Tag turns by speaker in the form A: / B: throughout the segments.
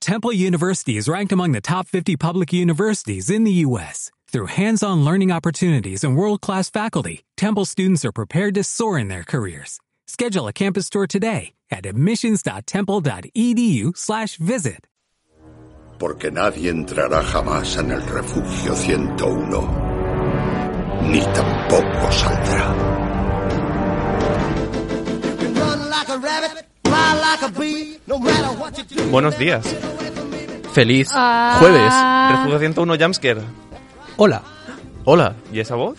A: Temple University is ranked among the top 50 public universities in the U.S. Through hands on learning opportunities and world class faculty, Temple students are prepared to soar in their careers. Schedule a campus tour today at E admissions.temple.edu/slash visit.
B: Porque nadie entrará jamás en el refugio 101, ni tampoco saldrá.
C: Buenos días.
D: Feliz
E: Ah.
D: jueves.
C: Refugio 101 Jumpscare.
D: Hola.
C: Hola. ¿Y esa voz?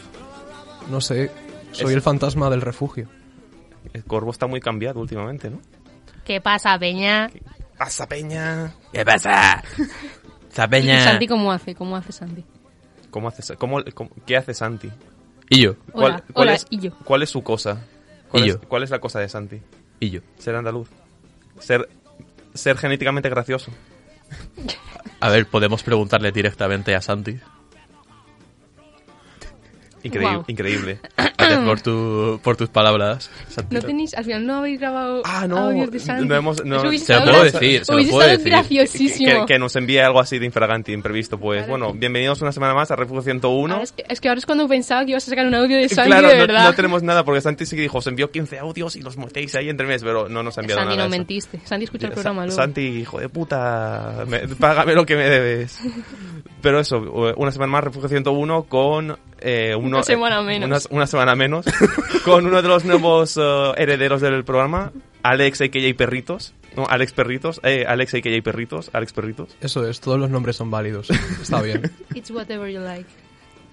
D: No sé, soy
C: Es-
D: el fantasma del refugio.
C: El corvo está muy cambiado últimamente, ¿no?
E: ¿Qué pasa, Peña?
C: ¡Pasa, peña!
D: ¿Qué pasa?
E: ¿Y Santi cómo hace? ¿Cómo hace Santi?
C: ¿Cómo haces? Cómo, cómo- ¿Qué hace Santi?
D: Y yo,
E: Hola, hola,
C: es,
E: y yo.
C: ¿Cuál es su cosa? ¿Cuál,
D: Y
C: es,
D: yo.
C: ¿Cuál es la cosa de Santi?
D: y yo.
C: Ser andaluz. Ser, ser genéticamente gracioso.
D: A ver, podemos preguntarle directamente a Santi.
C: Increíble.
E: Guau.
C: increíble.
D: Gracias por, tu, por tus palabras. Santi.
E: No tenéis, al final no habéis grabado
C: Ah, no,
E: audios de Santi.
C: no hemos- no.
E: Es que hubiese
D: Se lo
E: estado
D: puedo
E: gra-
D: decir, se lo
E: hubiese
D: puedo
E: estado
D: decir.
E: graciosísimo.
C: Que, que nos envíe algo así de infragante, imprevisto, pues.
E: Claro.
C: Bueno, bienvenidos una semana más a Refugio 101.
E: Ah, es, que, es que ahora es cuando pensaba que ibas a sacar un audio de Santi
C: claro,
E: de
C: no-
E: verdad.
C: No, tenemos nada porque Santi sí que dijo, os envió 15 audios y los metéis ahí entre mes, pero no nos ha enviado
E: Santi,
C: nada.
E: no
C: de eso.
E: mentiste. Santi escucha el
C: Sa-
E: programa luego.
C: Santi, hijo de puta, me- págame lo que me debes. Pero eso, una semana más Refugio 101 con... eh, uno-
E: Una semana
C: eh,
E: menos.
C: unas- Una, semana menos. con uno de los nuevos eh, herederos del programa, Alex AKJ Perritos. No, Alex Perritos. Eh, Alex AKJ Perritos. Alex Perritos.
D: Eso es, todos los nombres son válidos. Está bien.
E: It's whatever you like.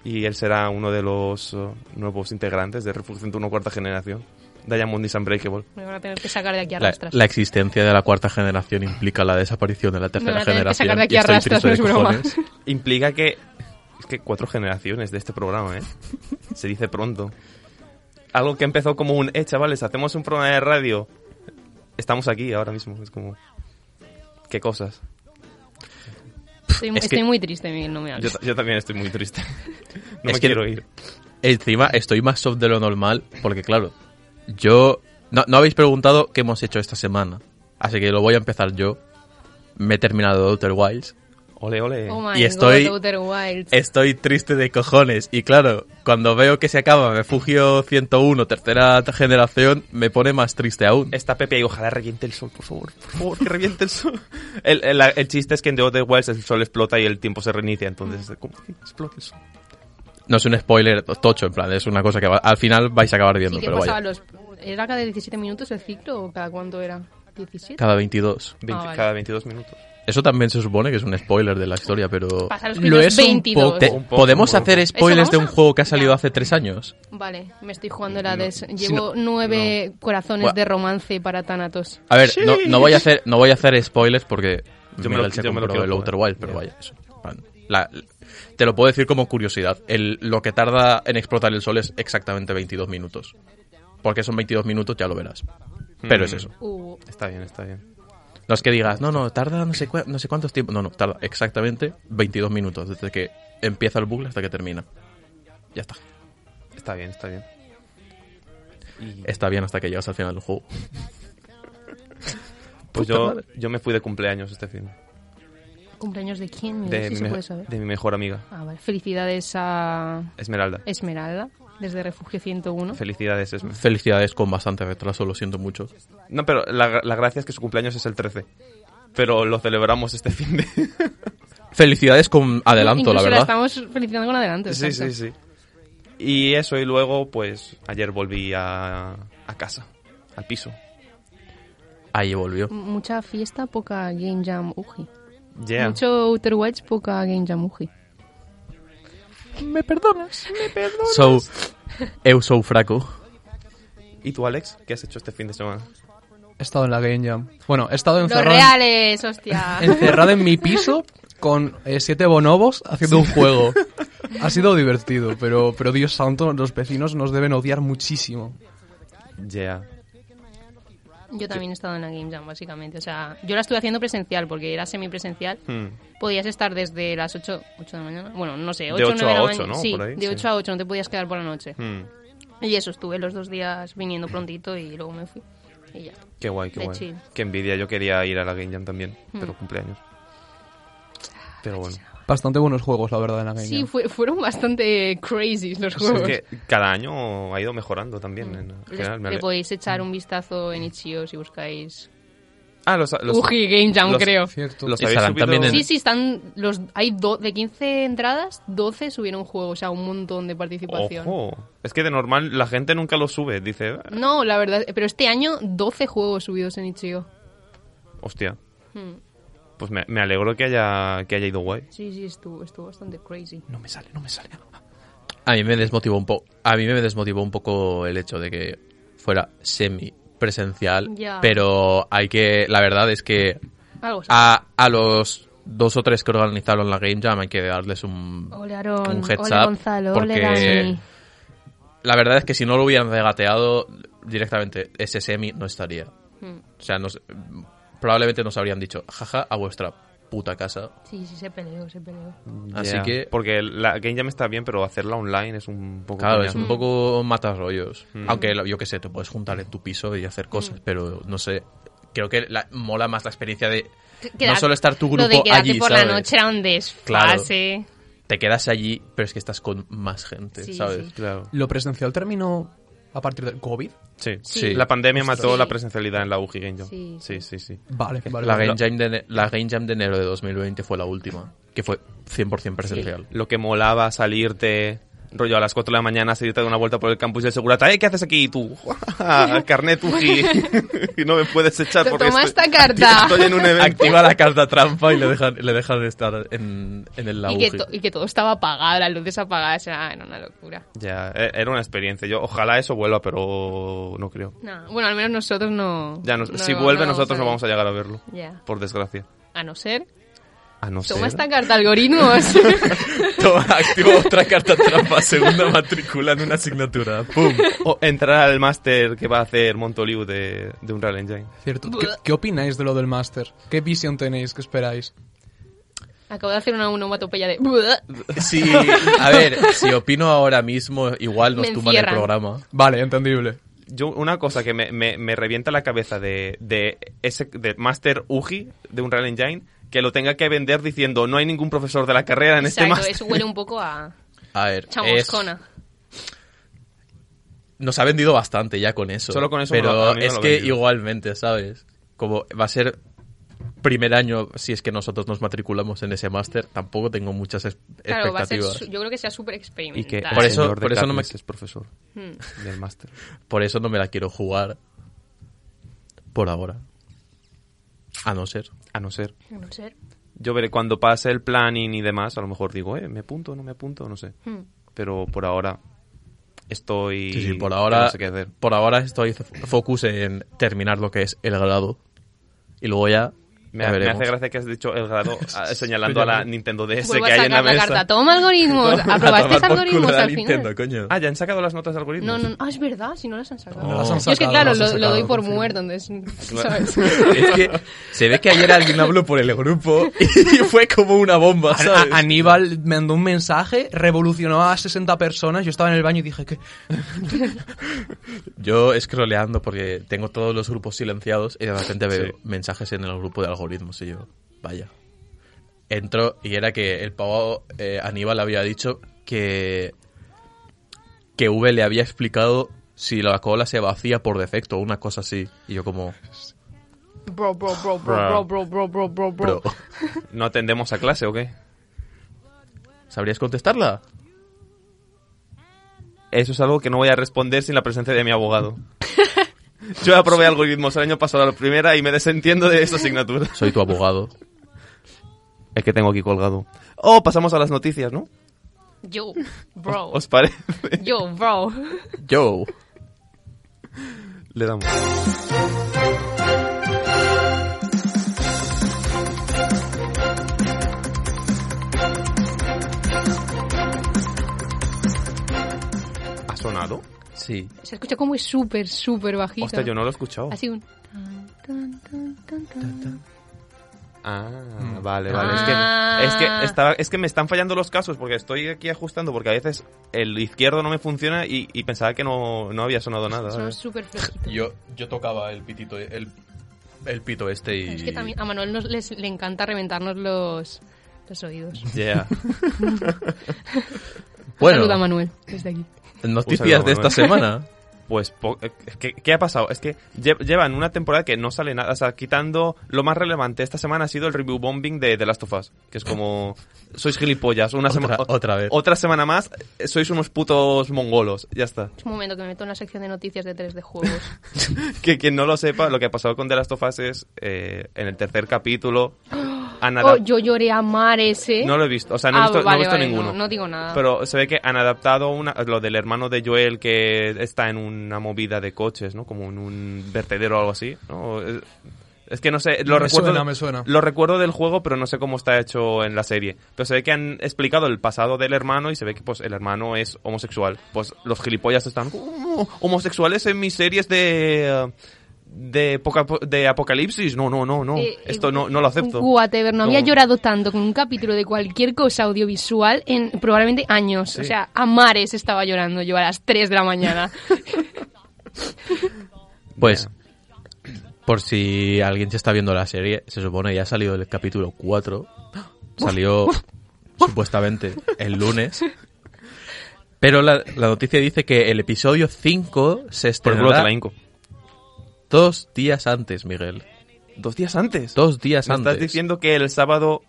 C: Y él será uno de los eh, nuevos integrantes de Refugio 101 cuarta generación. Diamond is Unbreakable.
E: Me van a tener que sacar de aquí a
D: La,
E: rastras.
D: la existencia de la cuarta generación implica la desaparición de la
E: Me
D: tercera
E: van a tener que
D: generación.
E: sacar de aquí
D: y
E: a
D: estoy
E: rastras,
D: triste
E: no
D: de
E: es broma.
D: cojones.
C: Implica que. Es que cuatro generaciones de este programa, ¿eh? Se dice pronto. Algo que empezó como un, eh, chavales, hacemos un programa de radio. Estamos aquí ahora mismo. Es como. Qué cosas.
E: Estoy,
D: Es que-
E: estoy muy triste, Miguel, no me
C: Yo,
E: hables.
C: ta- yo también estoy muy triste. No me
D: Es que-
C: quiero ir.
D: Encima estoy más soft de lo normal porque, claro, yo... No, no habéis preguntado qué hemos hecho esta semana. Así que lo voy a empezar yo. Me he terminado Outer Wilds.
C: Ole, ole.
E: Oh my
D: y estoy-
E: God, Outer Wilds.
D: Estoy triste de cojones. Y claro, cuando veo que se acaba Refugio 101, tercera generación, me pone más triste aún.
C: Está Pepe y ojalá reviente el sol, por favor. Por favor, que reviente el sol. El, el- la- el chiste es que en The Other Wilds el sol explota y el tiempo se reinicia.
E: Mm.
C: Entonces, ¿cómo que explota el
E: Ah,
C: sol?
D: No es un spoiler tocho, en plan, es una cosa que va- al final vais a acabar viendo,
E: Sí, ¿qué
D: pero
E: pasaba?
D: vaya.
E: Los... ¿Era cada 17 minutos el ciclo o cada cuánto era? ¿17?
D: Cada 22.
C: Veinte-
E: vale.
C: Cada 22 minutos.
D: Eso también se supone que es un spoiler de la historia, pero...
E: Pasa los
D: Lo
E: primeros
D: es un
E: 22.
D: poco. Te-
C: Un poco,
D: ¿Podemos
C: un poco.
D: hacer spoilers
E: ¿Eso
D: de un
E: vamos a-
D: juego que ha salido
E: Ya.
D: hace tres años?
E: Vale, me estoy jugando la de...
C: Eh, No,
E: Llevo
D: si no-
E: nueve corazones
D: Buah.
E: de romance para Thanatos.
D: A ver, no, no voy a hacer no voy a hacer spoilers porque
C: Yo me
D: Miguel
C: lo-
D: se
C: yo me lo
D: compró
C: quiero
D: el
C: jugar.
D: Outer Wild, pero
C: Ya.
D: vaya, eso. Pan. La- te lo puedo decir como curiosidad, el, lo que tarda en explotar el sol es exactamente 22 minutos. Porque son 22 minutos, ya lo verás. Pero es
C: Mm.
D: eso.
E: Uh,
C: Está bien, está bien.
D: No es que digas, no, no, tarda no sé, cua- no sé cuántos tiempos. No, no, tarda exactamente 22 minutos, desde que empieza el bucle hasta que termina. Ya está.
C: Está bien, está bien. Y
D: Está bien hasta que llegas al final del juego.
C: pues
D: puta
C: yo,
D: madre.
C: yo me fui de cumpleaños este fin.
E: ¿Cumpleaños de quién? Miguel?
C: De,
E: si
C: mi,
E: se
C: me-
E: puede saber.
C: de mi mejor amiga,
E: Ah, vale. Felicidades a
C: Esmeralda.
E: Esmeralda, desde Refugio 101.
C: Felicidades, Esme.
D: Felicidades con bastante retraso, lo siento mucho.
C: No, pero la, la gracia es que su cumpleaños es el 13. Pero lo celebramos este fin de...
D: Felicidades con adelanto,
E: Incluso
D: la
E: la
D: verdad.
E: estamos felicitando con adelante.
C: sí, sí, sí. Y eso, y luego, pues, ayer volví a, a casa, al piso.
D: Ahí volvió.
E: Mucha fiesta, poca Game Jam Uji.
C: Yeah.
E: Mucho Outer Wilds, poca Game Jam Uji.
D: Sou. Eu sou fraco.
C: ¿Y tú, Alex? ¿Qué has hecho este fin de semana?
F: He estado en la Game Jam. Bueno, he estado
E: Los
F: encerrado,
E: reales, hostia.
F: encerrado en mi piso con eh, siete bonobos haciendo un juego. Ha sido divertido, pero, pero Dios santo, los vecinos nos deben odiar muchísimo.
C: Yeah.
E: Yo también he estado en la Game Jam, básicamente. O sea, yo la estuve haciendo presencial, porque era semipresencial.
C: Hmm.
E: Podías estar desde las 8, 8 de la mañana. Bueno, no sé,
C: De
E: 8 o
C: 8
E: 9 de
C: a
E: la
C: 8,
E: mañana.
C: ¿no?
E: Sí,
C: Por ahí,
E: de
C: sí.
E: 8 a 8, no te podías quedar por la noche.
C: Hmm.
E: Y eso, estuve los dos días viniendo prontito y luego me fui. Y ya.
C: Qué guay, qué
E: De
C: guay.
E: chill.
C: Qué envidia, yo quería ir a la Game Jam también, pero
E: Hmm.
C: cumpleaños. Pero bueno.
F: Bastante buenos juegos, la verdad, en la Game
E: Sí,
F: Jam.
E: fue- fueron bastante crazy los
C: Pues Es
E: juegos.
C: que cada año ha ido mejorando también. en
E: Les-
C: general, me
E: le
C: ale-
E: podéis echar un vistazo en Itch.io si buscáis
C: Ah, los, los-
E: Uji Game Jam,
C: los-
E: creo.
F: Cierto.
C: los
D: Y
C: habéis
D: estarán
C: subido-
D: también en-
E: Sí, sí, están los hay do- de 15 entradas, 12 subieron juego, o sea, un montón de participación.
C: Ojo. Es que de normal la gente nunca lo sube. Dice, "Ah,
E: No, la verdad, pero este año 12 juegos subidos en Itch.io.
C: hostia.
E: Hmm.
C: Pues me, me alegro que haya, que haya ido guay.
E: Sí, sí, estuvo, estuvo bastante crazy.
C: No me sale, no me sale.
D: A mí me desmotivó un poco. A mí me desmotivó un poco el hecho de que fuera semi presencial.
E: Ya.
D: Pero hay que. La verdad es que
E: Algo así.
D: a, a los dos o tres que organizaron la Game Jam hay que darles un.
E: Ole Aarón,
D: un heads
E: ole
D: up,
E: Gonzalo,
D: porque-
E: ole Dani.
D: La verdad es que si no lo hubieran regateado directamente, ese semi no estaría.
E: Hmm.
D: O sea, nos, probablemente nos habrían dicho, jaja, a vuestra puta casa.
E: Sí, sí, se peleó, se peleó.
D: Así que.
C: Porque la Game Jam está bien, pero hacerla online es un poco.
D: Claro,
C: coñazo.
D: es
E: Mm.
D: un poco matarrollos. Aunque lo- yo qué sé, te puedes juntar en tu piso y hacer
E: Mm.
D: cosas, pero no sé. Creo que la- mola más la experiencia de
E: Queda-
D: no solo estar tu grupo
E: Lo de quedarte
D: allí,
E: por
D: ¿sabes?
E: la noche era un desfase.
D: Te quedas allí, pero es que estás con más gente,
E: Sí,
D: ¿sabes?
E: sí.
C: Claro.
F: Lo presencial terminó a partir del COVID.
C: Sí.
D: Sí.
C: La pandemia mató
E: Sí.
C: la presencialidad en la UG Game Jam.
E: Sí,
C: sí, sí. sí.
F: Vale, vale.
D: La,
F: vale.
D: Game Jam de, ene- la Game Jam de enero de 2020 fue la última, que fue 100% presencial.
C: Lo que molaba salirte, rollo a las 4 de la mañana, salirte de una vuelta por el campus y el segurata, "Eh, ¿qué haces aquí? Y tú, "Guau, carnet UGI. y no me puedes echar
E: To-
C: porque
E: toma
C: estoy,
E: esta carta.
C: estoy en un evento.
D: Activa la carta trampa y le dejan, le dejan de estar en, en el
E: Y que,
D: auge.
E: to- y que todo estaba apagado, las luces apagadas, era, era una locura.
C: Ya, e- era una experiencia. Yo ojalá eso vuelva, pero no creo.
E: No, bueno, al menos nosotros no.
C: Ya, no-
E: no
C: si
E: lo-
C: vuelve,
E: lo
C: nosotros no
E: ver.
C: vamos a llegar a verlo.
E: Ya.
C: Por desgracia.
E: A no ser.
C: A no
E: Toma
C: ser-
E: esta carta, algoritmos.
D: Toma, activo otra carta trampa, segunda matrícula en una asignatura. ¡Pum!
C: O entrar al máster que va a hacer Montoliu de, de Unreal Engine.
F: Cierto. ¿Qué, qué opináis de lo del máster? ¿Qué visión tenéis? ¿Qué esperáis?
E: Acabo de hacer una onomatopeya de.
D: Sí, a ver, si opino ahora mismo, igual nos
E: Me
D: tumban el
E: encierran.
D: programa.
F: Vale, entendible.
C: Yo, una cosa que me, me, me revienta la cabeza de, de ese de Master Uji de Unreal Engine, que lo tenga que vender diciendo no hay ningún profesor de la carrera en este
E: Exacto,
C: máster.
E: eso huele un poco a
D: A ver, es,
E: chamuscona.
D: nos ha vendido bastante ya con eso.
C: Solo con eso
D: Pero
C: me lo- a mí me
D: es
C: lo
D: que
C: vendió.
D: igualmente, ¿sabes? Como va a ser primer año, si es que nosotros nos matriculamos en ese máster, tampoco tengo muchas es-
E: Claro, va a ser.
D: expectativas.
E: su- Yo creo que sea súper
C: Y que
E: experimental.
C: el
D: Por eso-
C: señor de
D: por eso no me-
C: Katniss es profesor
E: Hmm.
C: del máster.
D: Por eso no me la quiero jugar por ahora. A no ser.
C: A no ser.
E: A no ser.
C: Yo veré cuando pase el planning y demás, a lo mejor digo, eh, me apunto, no me apunto, no sé.
E: Hmm.
C: Pero por ahora estoy...
D: Sí, sí, por ahora,
C: No sé qué hacer.
D: por ahora estoy f- focus en terminar lo que es el grado. Y luego ya,
C: Me,
D: ya
C: me
D: veremos.
C: hace gracia que has dicho el grado ah, señalando a la Nintendo DS
E: Vuelvo
C: que
E: a
C: hay en la
E: sacar la
C: mesa.
E: carta. Toma algoritmos.
D: A
E: ¿Aprobaste
D: tomar por culo
E: algoritmos
D: la
E: al
D: Nintendo,
E: final?
D: coño.
C: Ah, ya han sacado las notas de algoritmos.
E: No, no, no. Ah, es verdad, si no las han sacado.
D: No.
F: Las han
E: Yo es que,
F: sacado,
E: claro,
F: las han
E: lo, lo
F: sacado,
E: doy por
F: confirmo.
E: muerto, entonces. ¿Sabes?
D: Es que se ve que ayer alguien habló por el grupo y fue como una bomba,
F: An-
D: ¿sabes?
F: a- Aníbal me mandó un mensaje, revolucionó a 60 personas. Yo estaba en el baño y dije que.
D: Yo scrolleando porque tengo todos los grupos silenciados y de repente veo
C: Sí.
D: mensajes en el grupo de algoritmos y yo, vaya. Entro y era que el pavo eh, Aníbal había dicho que que V le había explicado si la cola se vacía por defecto o una cosa así. Y yo como,
E: Bro, bro, bro, bro, bro, bro, bro, bro, bro,
D: bro,
E: bro.
C: ¿No atendemos a clase o qué?
D: ¿sabrías contestarla?
C: Eso es algo que no voy a responder sin la presencia de mi abogado. Yo aprobé algoritmos el año pasado a la primera y me desentiendo de esta asignatura.
D: Soy tu abogado.
C: El que tengo aquí colgado. Oh, pasamos a las noticias, ¿no?
E: Yo, bro.
C: ¿Os parece?
E: Yo, bro.
D: Yo.
C: Le damos. ¿Ha sonado?
D: Sí.
E: Se escucha como es súper, súper bajito.
C: Hostia, yo no lo he escuchado.
E: Así un... tan, tan, tan, tan, tan.
C: Ah,
D: Mm.
C: vale, vale. Es
E: Ah.
C: que, es, que estaba, es que me están fallando los casos porque estoy aquí ajustando porque a veces el izquierdo no me funciona y, y pensaba que no, no había sonado nada.
E: Son
C: ¿sabes?
E: súper fresquitos.
D: Yo, yo tocaba el pitito, el, el pito este y...
E: Es que también a Manuel nos, les- le encanta reventarnos los, Los oídos.
C: Yeah.
D: Bueno,
E: Saluda a Manuel, desde aquí.
D: noticias de esta
C: Pues,
D: semana.
C: Pues, po- eh, ¿qué, ¿qué ha pasado? Es que lle- llevan una temporada que no sale nada. O sea, quitando lo más relevante esta semana ha sido el review bombing de The Last of Us. Que es como. Sois gilipollas. Una
D: Otra-
C: semana.
D: otra vez.
C: Otra semana más. eh, Sois unos putos mongolos. Ya está.
E: Es un momento que me meto en la sección de noticias de 3 de juegos.
C: Que quien no lo sepa, lo que ha pasado con The Last of Us es. eh, en el tercer capítulo. Han
E: Oh,
C: adap-
E: yo lloré a mar ese.
C: No lo he visto, o sea, no he
E: Ah,
C: visto, no he
E: vale,
C: visto
E: vale,
C: ninguno.
E: no, no digo nada.
C: Pero se ve que han adaptado una, lo del hermano de Joel que está en una movida de coches, ¿no? Como en un vertedero o algo así, ¿no? Es, es que no sé, lo
F: Me
C: recuerdo.
F: suena, me suena.
C: Lo recuerdo del juego, pero no sé cómo está hecho en la serie. Pero se ve que han explicado el pasado del hermano y se ve que pues el hermano es homosexual. Pues los gilipollas están "¿Cómo? homosexuales en mis series de eh, de, poca- de apocalipsis. No, no, no, no.
E: Eh,
C: Esto
E: eh,
C: no, no lo acepto.
E: Whatever, no había
C: Como-
E: llorado tanto con un capítulo de cualquier cosa audiovisual en probablemente años. O sea, a mares estaba llorando yo a las 3 de la mañana.
D: Pues, por si alguien se está viendo la serie, se supone ya ha salido el capítulo 4. Salió supuestamente el lunes. Pero la, la noticia dice que el episodio 5
C: Por el culo te
D: se estrenará
C: la hinco.
D: dos días antes, Miguel.
C: Dos días antes.
D: Dos días
C: Me
D: antes.
C: estás diciendo que el sábado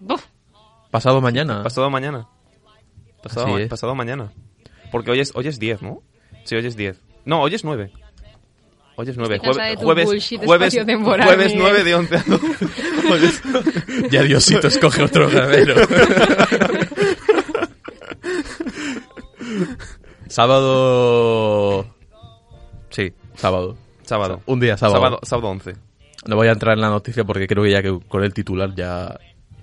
D: Pasado mañana.
C: pasado mañana. Pasado,
D: Ah. Así es.
C: pasado mañana. Porque hoy es, hoy es 10, ¿no? Sí, hoy es 10. No, hoy es 9. Hoy es 9.
E: Estoy cansada de tu
C: jueves,
E: bullshit
C: jueves,
E: espaciotemporal,
C: jueves
E: Miguel.
C: 9 de 11 a 12. Hoy es-
D: ya Diosito escoge otro ganadero. sábado. Sí, sábado.
C: sábado.
D: Un día sábado.
C: Sábado, sábado 11.
D: No voy a entrar en la noticia porque creo que ya que con el titular ya,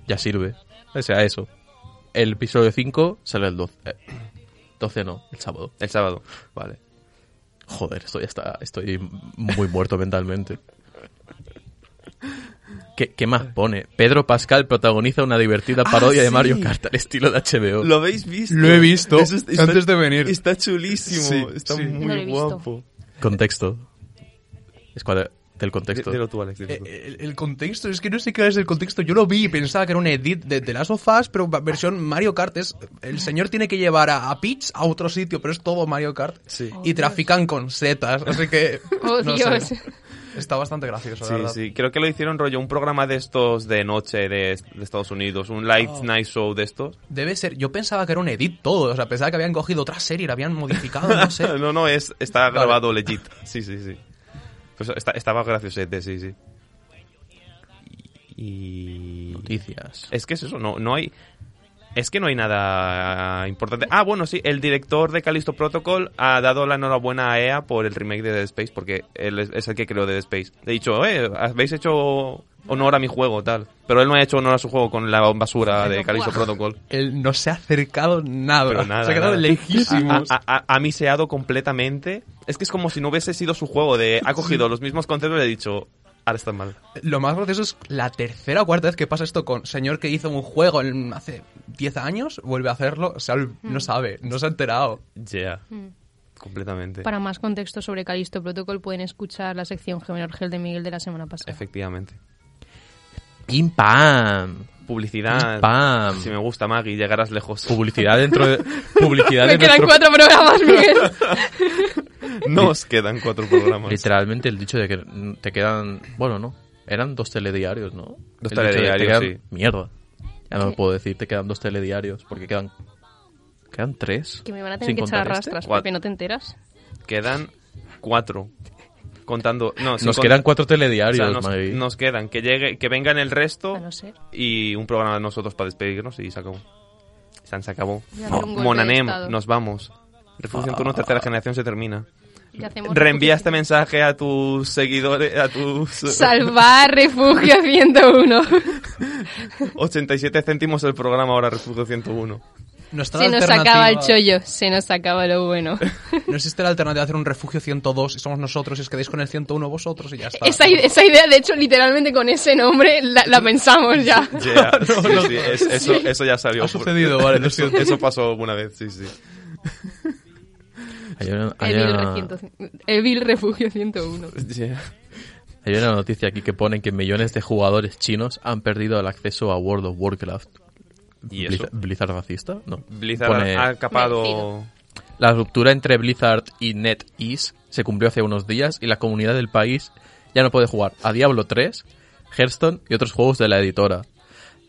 D: ya sirve. O sea, eso. El episodio 5 sale el 12. eh, 12 no, el sábado.
C: El sábado. Vale.
D: Joder, estoy, hasta, estoy muy muerto mentalmente. ¿Qué, qué más pone? Pedro Pascal protagoniza una divertida parodia de
C: Ah, sí.
D: Mario Kart al estilo de HBO.
C: ¿Lo habéis visto?
F: Lo he visto
C: Eso es- está-
F: antes de venir.
C: Está chulísimo.
F: Sí,
C: está
F: sí.
E: No lo
C: muy
E: he visto.
C: guapo.
D: Contexto. Es cuadra- del contexto.
C: Dilo tú, Alex. dilo tú.
F: Eh, El, el contexto, es que no sé qué es el contexto. Yo lo vi y pensaba que era un edit de The Last of Us, pero va- versión Mario Kart. Es, el señor tiene que llevar a, a Peach a otro sitio, pero es todo Mario Kart.
C: Sí.
F: y trafican con setas, así que...
E: Oh,
F: no
E: Dios.
F: sé. Está bastante gracioso, la
C: Sí,
F: verdad.
C: sí, creo que lo hicieron rollo un programa de estos de noche de, de Estados Unidos, un light night show de estos.
F: Debe ser... Yo pensaba que era un edit todo, o sea, pensaba que habían cogido otra serie y la habían modificado, no sé.
C: No, no, es, está grabado legit. Sí, sí, sí. Pues está- estaba graciosete, sí, sí. Y...
D: Noticias.
C: Es que es eso, no, no hay... Es que no hay nada importante. Ah, bueno, sí, el director de Callisto Protocol ha dado la enhorabuena a EA por el remake de Dead Space, porque él es, es el que creó Dead Space. Le he dicho, eh, habéis hecho honor a mi juego, tal. Pero él no ha hecho honor a su juego con la basura de Callisto Protocol.
F: Él no se ha acercado nada,
C: Pero nada,
F: se ha quedado
C: nada.
F: lejísimos.
C: Ha, ha- ha- ha miseado completamente. Es que es como si no hubiese sido su juego de... Ha cogido los mismos conceptos y le ha dicho, ahora está mal.
F: Lo más gracioso es la tercera o cuarta vez que pasa esto con señor que hizo un juego en- hace 10 años, vuelve a hacerlo, o sea,
E: Hmm.
F: no sabe, no se ha enterado.
C: Yeah. Completamente.
E: Para más contexto sobre Calisto Protocol pueden escuchar la sección Gemelo Argel de Miguel de la semana pasada.
C: Efectivamente.
D: Pim pam.
C: Publicidad.
D: Pam.
C: Si me gusta, Maggie, llegarás lejos.
D: Publicidad dentro de. Publicidad
E: Me
D: de
E: quedan
D: nuestro-
E: cuatro programas, Miguel.
C: Nos quedan cuatro programas.
D: Literalmente el dicho de que mm, te quedan. Bueno, no. Eran dos telediarios, ¿no?
C: Dos
D: El dicho de que te
C: telediarios,
D: quedan-
C: sí.
D: Mierda. Ya no puedo decir, te quedan dos telediarios porque quedan. Quedan tres.
E: Que me van a tener
D: sin
E: que echar a
D: contar este.
E: rastras,
C: What?
E: Pepe, ¿no te enteras?
C: Quedan cuatro. Contando. No, sin
D: Nos
C: cont-
D: quedan cuatro
C: o sea,
D: telediarios,
C: nos,
D: Magui.
C: nos quedan. Que llegue, que vengan el resto
E: A no ser.
C: y un programa de nosotros para despedirnos y se acabó. San se acabó.
E: Y hacer un golpe de
C: Monanem,
E: estado.
C: nos vamos. Refugio en turno,
F: Ah.
C: tercera generación se termina.
E: Y hacemos
C: Reenvía
E: refugio-
C: este mensaje a tus seguidores, a tus
E: Salvar Refugio 101.
C: 87 céntimos el programa ahora Refugio 101.
F: Nuestra
E: Se nos
F: alternativa-
E: acaba el chollo, se nos acaba lo bueno.
F: No existe la alternativa de hacer un refugio 102 y somos nosotros y os quedáis con el 101 vosotros y ya está.
E: Esa, ide- esa idea, de hecho, literalmente con ese nombre la, la pensamos ya.
C: Yeah, sí, sí, es- eso, eso ya salió.
F: Ha sucedido, vale, lo
C: Eso,
F: siento.
C: eso pasó alguna vez, sí, sí.
D: Hay una, hay
E: El vil,
D: una-
E: recinto- el vil Refugio 101.
D: hay una noticia aquí que ponen que millones de jugadores chinos han perdido el acceso a World of Warcraft
C: ¿Y eso?
D: Blizzard, Blizzard racista? No.
C: Blizzard
D: Pone,
C: ha capado...
E: Merecido.
D: La ruptura entre Blizzard y NetEase se cumplió hace unos días y la comunidad del país ya no puede jugar a Diablo 3, Hearthstone y otros juegos de la editora.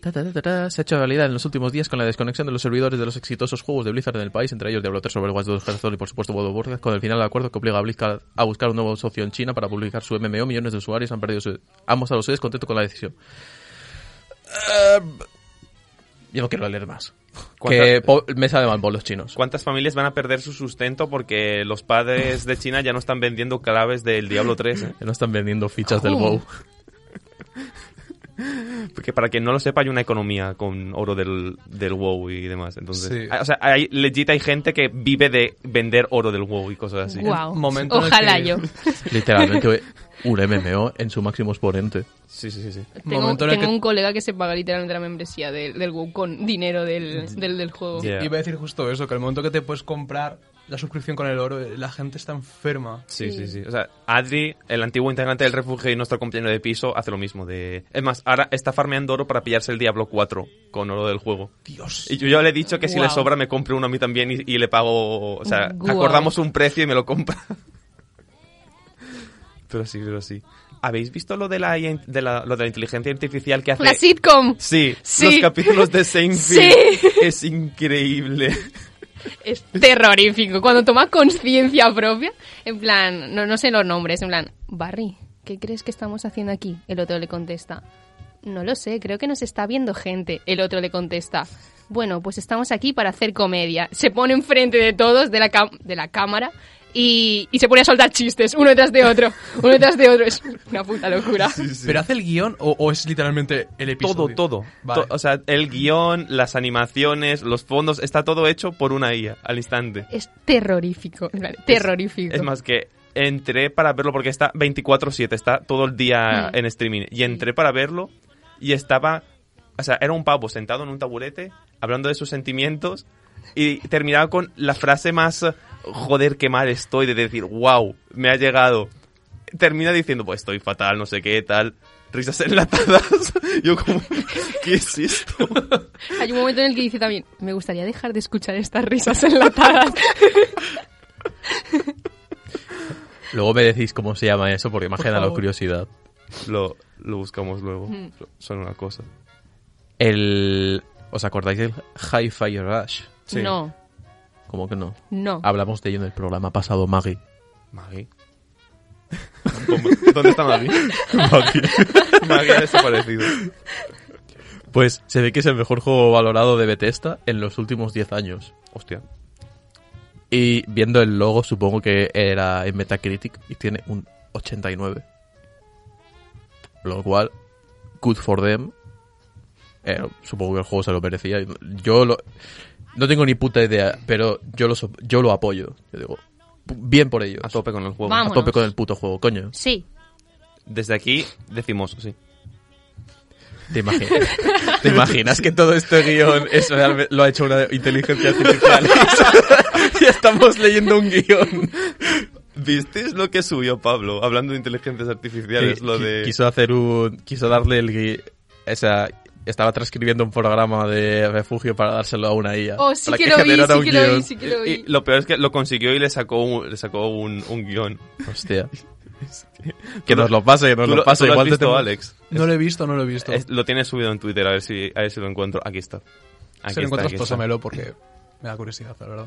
D: Ta, ta, ta, ta, ta, se ha hecho realidad en los últimos días con la desconexión de los servidores de los exitosos juegos de Blizzard en el país, entre ellos Diablo 3, Overwatch 2, Hearthstone y por supuesto World of Warcraft, con el final del acuerdo que obliga a Blizzard a buscar un nuevo socio en China para publicar su MMO. Millones de usuarios han perdido su... han mostrado su descontento con la decisión. Eh, yo no quiero leer más.
C: ¿Cuántas-
D: Que po- me sale mal por los chinos.
C: ¿Cuántas familias van a perder su sustento porque los padres de China ya no están vendiendo claves del Diablo 3? ¿eh?
D: Que no están vendiendo fichas del
E: Joder.
D: WoW.
C: Porque para quien no lo sepa, hay una economía con oro del, del WoW y demás. Entonces,
F: Sí.
C: hay- o sea, hay, legit hay gente que vive de vender oro del WoW y cosas así.
E: Guau.
F: Momento en el
E: Ojalá
F: que-
E: yo.
D: Literalmente un MMO en su máximo exponente.
C: Sí, sí, sí. sí.
E: Tengo,
F: Momento en el
E: tengo
F: que-
E: un colega que se paga literalmente la membresía del, del WoW con dinero del, del, del juego.
C: Yeah.
F: Iba a decir justo eso, que al momento que te puedes comprar la suscripción con el oro, eh, la gente está enferma.
C: Sí, sí, sí. O sea, Adri, el antiguo integrante del refugio y nuestro compañero de piso, hace lo mismo. De... Es más, ahora está farmeando oro para pillarse el Diablo 4 con oro del juego.
F: Dios.
C: Y yo ya le he dicho que si le
E: Guau.
C: sobra me compre uno a mí también y, y le pago... O sea,
E: Guau.
C: acordamos un precio y me lo compra. pero sí, pero sí. ¿Habéis visto lo de la, IA de la, lo de la inteligencia artificial que hace...?
E: La sitcom.
C: Sí,
E: Sí.
C: los capítulos de Seinfeld.
E: Sí.
C: Es increíble.
E: es terrorífico. Cuando tomas conciencia propia, en plan, no, no sé los nombres, en plan, Barry, ¿qué crees que estamos haciendo aquí? El otro le contesta, no lo sé, creo que nos está viendo gente. El otro le contesta, bueno, pues estamos aquí para hacer comedia. Se pone enfrente de todos, de la, cam- de la cámara. Y, y se pone a soltar chistes, uno detrás de otro, uno detrás de otro. Es una puta locura.
F: ¿Pero hace el guión o, o es literalmente el
C: Todo,
F: episodio?
C: todo.
F: Vale.
C: To- o sea, el guión, las animaciones, los fondos, está todo hecho por una IA al instante.
E: Es terrorífico, en plan, terrorífico.
C: Es más que entré para verlo porque está 24/7, está todo el día en streaming. Y entré para verlo y estaba... O sea, era un pavo sentado en un taburete hablando de sus sentimientos y terminaba con la frase más joder que mal estoy de decir, wow, me ha llegado. Termina diciendo, pues estoy fatal, no sé qué, tal. Risas enlatadas. Yo como, ¿qué es esto?
E: Hay un momento en el que dice también, me gustaría dejar de escuchar estas risas enlatadas.
D: Luego me decís cómo se llama eso porque me ha generado
F: favor.
D: curiosidad.
C: Lo, lo buscamos luego. Son una cosa.
D: El... ¿Os acordáis del Hi-Fi Rush?
C: Sí.
E: No,
D: ¿Cómo que no?
E: no.
D: Hablamos de ello en el programa pasado, Maggie.
C: Maggie. ¿Cómo- ¿Dónde está Maggie? Maggie ha desaparecido.
D: Pues se ve que es el mejor juego valorado de Bethesda en los últimos 10 años.
C: Hostia.
D: Y viendo el logo supongo que era en Metacritic y tiene un 89. Lo cual, good for them. Eh, supongo que el juego se lo merecía. Yo lo, no tengo ni puta idea, pero yo lo, so- yo lo apoyo. Yo digo, pu- bien por ellos.
C: A tope con el juego.
E: Vamos.
D: A tope con el puto juego, coño.
E: Sí.
C: Desde aquí decimos, sí.
D: ¿Te imaginas, ¿Te imaginas que todo este guión es realme- lo ha hecho una inteligencia artificial? ya estamos leyendo un guión.
C: ¿Visteis lo que subió Pablo hablando de inteligencias artificiales?
D: Sí,
C: lo
D: qui-
C: de.
D: Quiso hacer un. Quiso darle el. gui- Esa. Estaba transcribiendo un programa de refugio para dárselo a una IA.
E: Oh, sí
D: para
E: que, lo vi,
D: generara
E: sí
D: un
E: que lo vi,
D: guión.
E: sí que lo
C: Y, y
E: vi.
C: lo peor es que lo consiguió y le sacó un, le sacó un, un guión.
D: Hostia. que nos lo pase, que nos
C: Tú
D: lo,
C: lo-
D: pase.
C: tú lo has
D: Igual te
C: visto,
D: tengo-
C: Alex.
F: No lo he visto, no lo he visto.
C: Es- lo tienes subido en Twitter, a ver si, a ver si lo encuentro. Aquí está. Aquí
F: si
C: está,
F: lo encuentras,
C: aquí está.
F: pásamelo porque me da curiosidad, la verdad.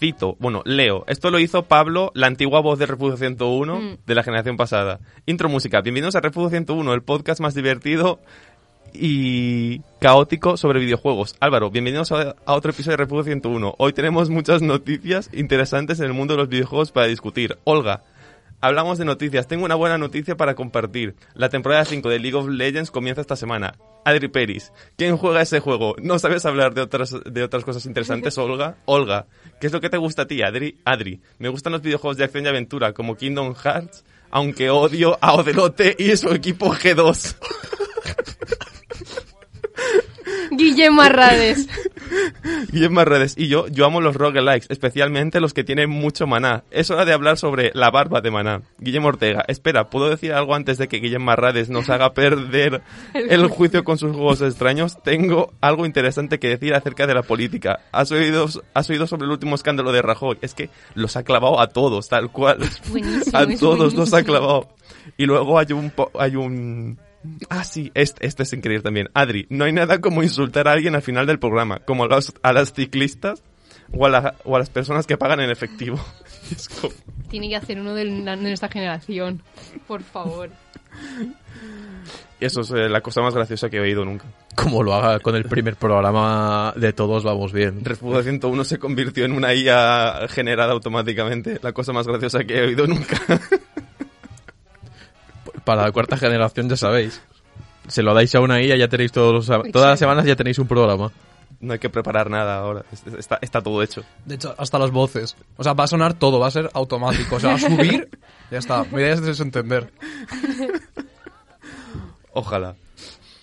C: Cito, bueno, leo. Esto lo hizo Pablo, la antigua voz de Refugio 101
E: Mm.
C: de la generación pasada. Intro música. Bienvenidos a Refugio 101, el podcast más divertido y caótico sobre videojuegos. Álvaro, bienvenidos a, a otro episodio de Refugio 101. Hoy tenemos muchas noticias interesantes en el mundo de los videojuegos para discutir. Olga, hablamos de noticias. Tengo una buena noticia para compartir. La temporada 5 de League of Legends comienza esta semana. Adri Peris, ¿quién juega ese juego? ¿No sabes hablar de otras, de otras cosas interesantes, Olga? Olga, ¿qué es lo que te gusta a ti, Adri? Adri, me gustan los videojuegos de acción y aventura, como Kingdom Hearts, aunque odio a Odelote y su equipo G2.
E: Guillermo Arrades.
C: Guillermo Redes y yo, yo amo los roguelikes, especialmente los que tienen mucho maná. Es hora de hablar sobre la barba de maná. Guillermo Ortega, espera, ¿puedo decir algo antes de que Guillermo Redes nos haga perder el juicio con sus juegos extraños? Tengo algo interesante que decir acerca de la política. ¿Has oído, has oído sobre el último escándalo de Rajoy? Es que los ha clavado a todos, tal cual.
E: Buenísimo,
C: a
E: es
C: todos los ha
E: buenísimo.
C: clavado. Y luego hay un... po- Hay un Ah, sí, este, este es increíble también. Adri, no hay nada como insultar a alguien al final del programa, como a, los- a las ciclistas o a, la- o a las personas que pagan en efectivo. Es como-
E: Tiene que hacer uno del- de nuestra generación. Por favor.
C: eso es eh, la cosa más graciosa que he oído nunca.
D: Como lo haga con el primer programa de todos, vamos bien.
C: Refugo 101 se convirtió en una IA generada automáticamente, la cosa más graciosa que he oído nunca.
D: Para la cuarta generación, ya sabéis. Se lo dais a una IA, ya tenéis todos los- todas las semanas ya tenéis un programa.
C: No hay que preparar nada ahora, es- es- está, está todo hecho.
F: De hecho, hasta las voces. O sea, va a sonar todo, va a ser automático. O sea, va a subir, ya está. Mi idea es desentender.
C: Ojalá.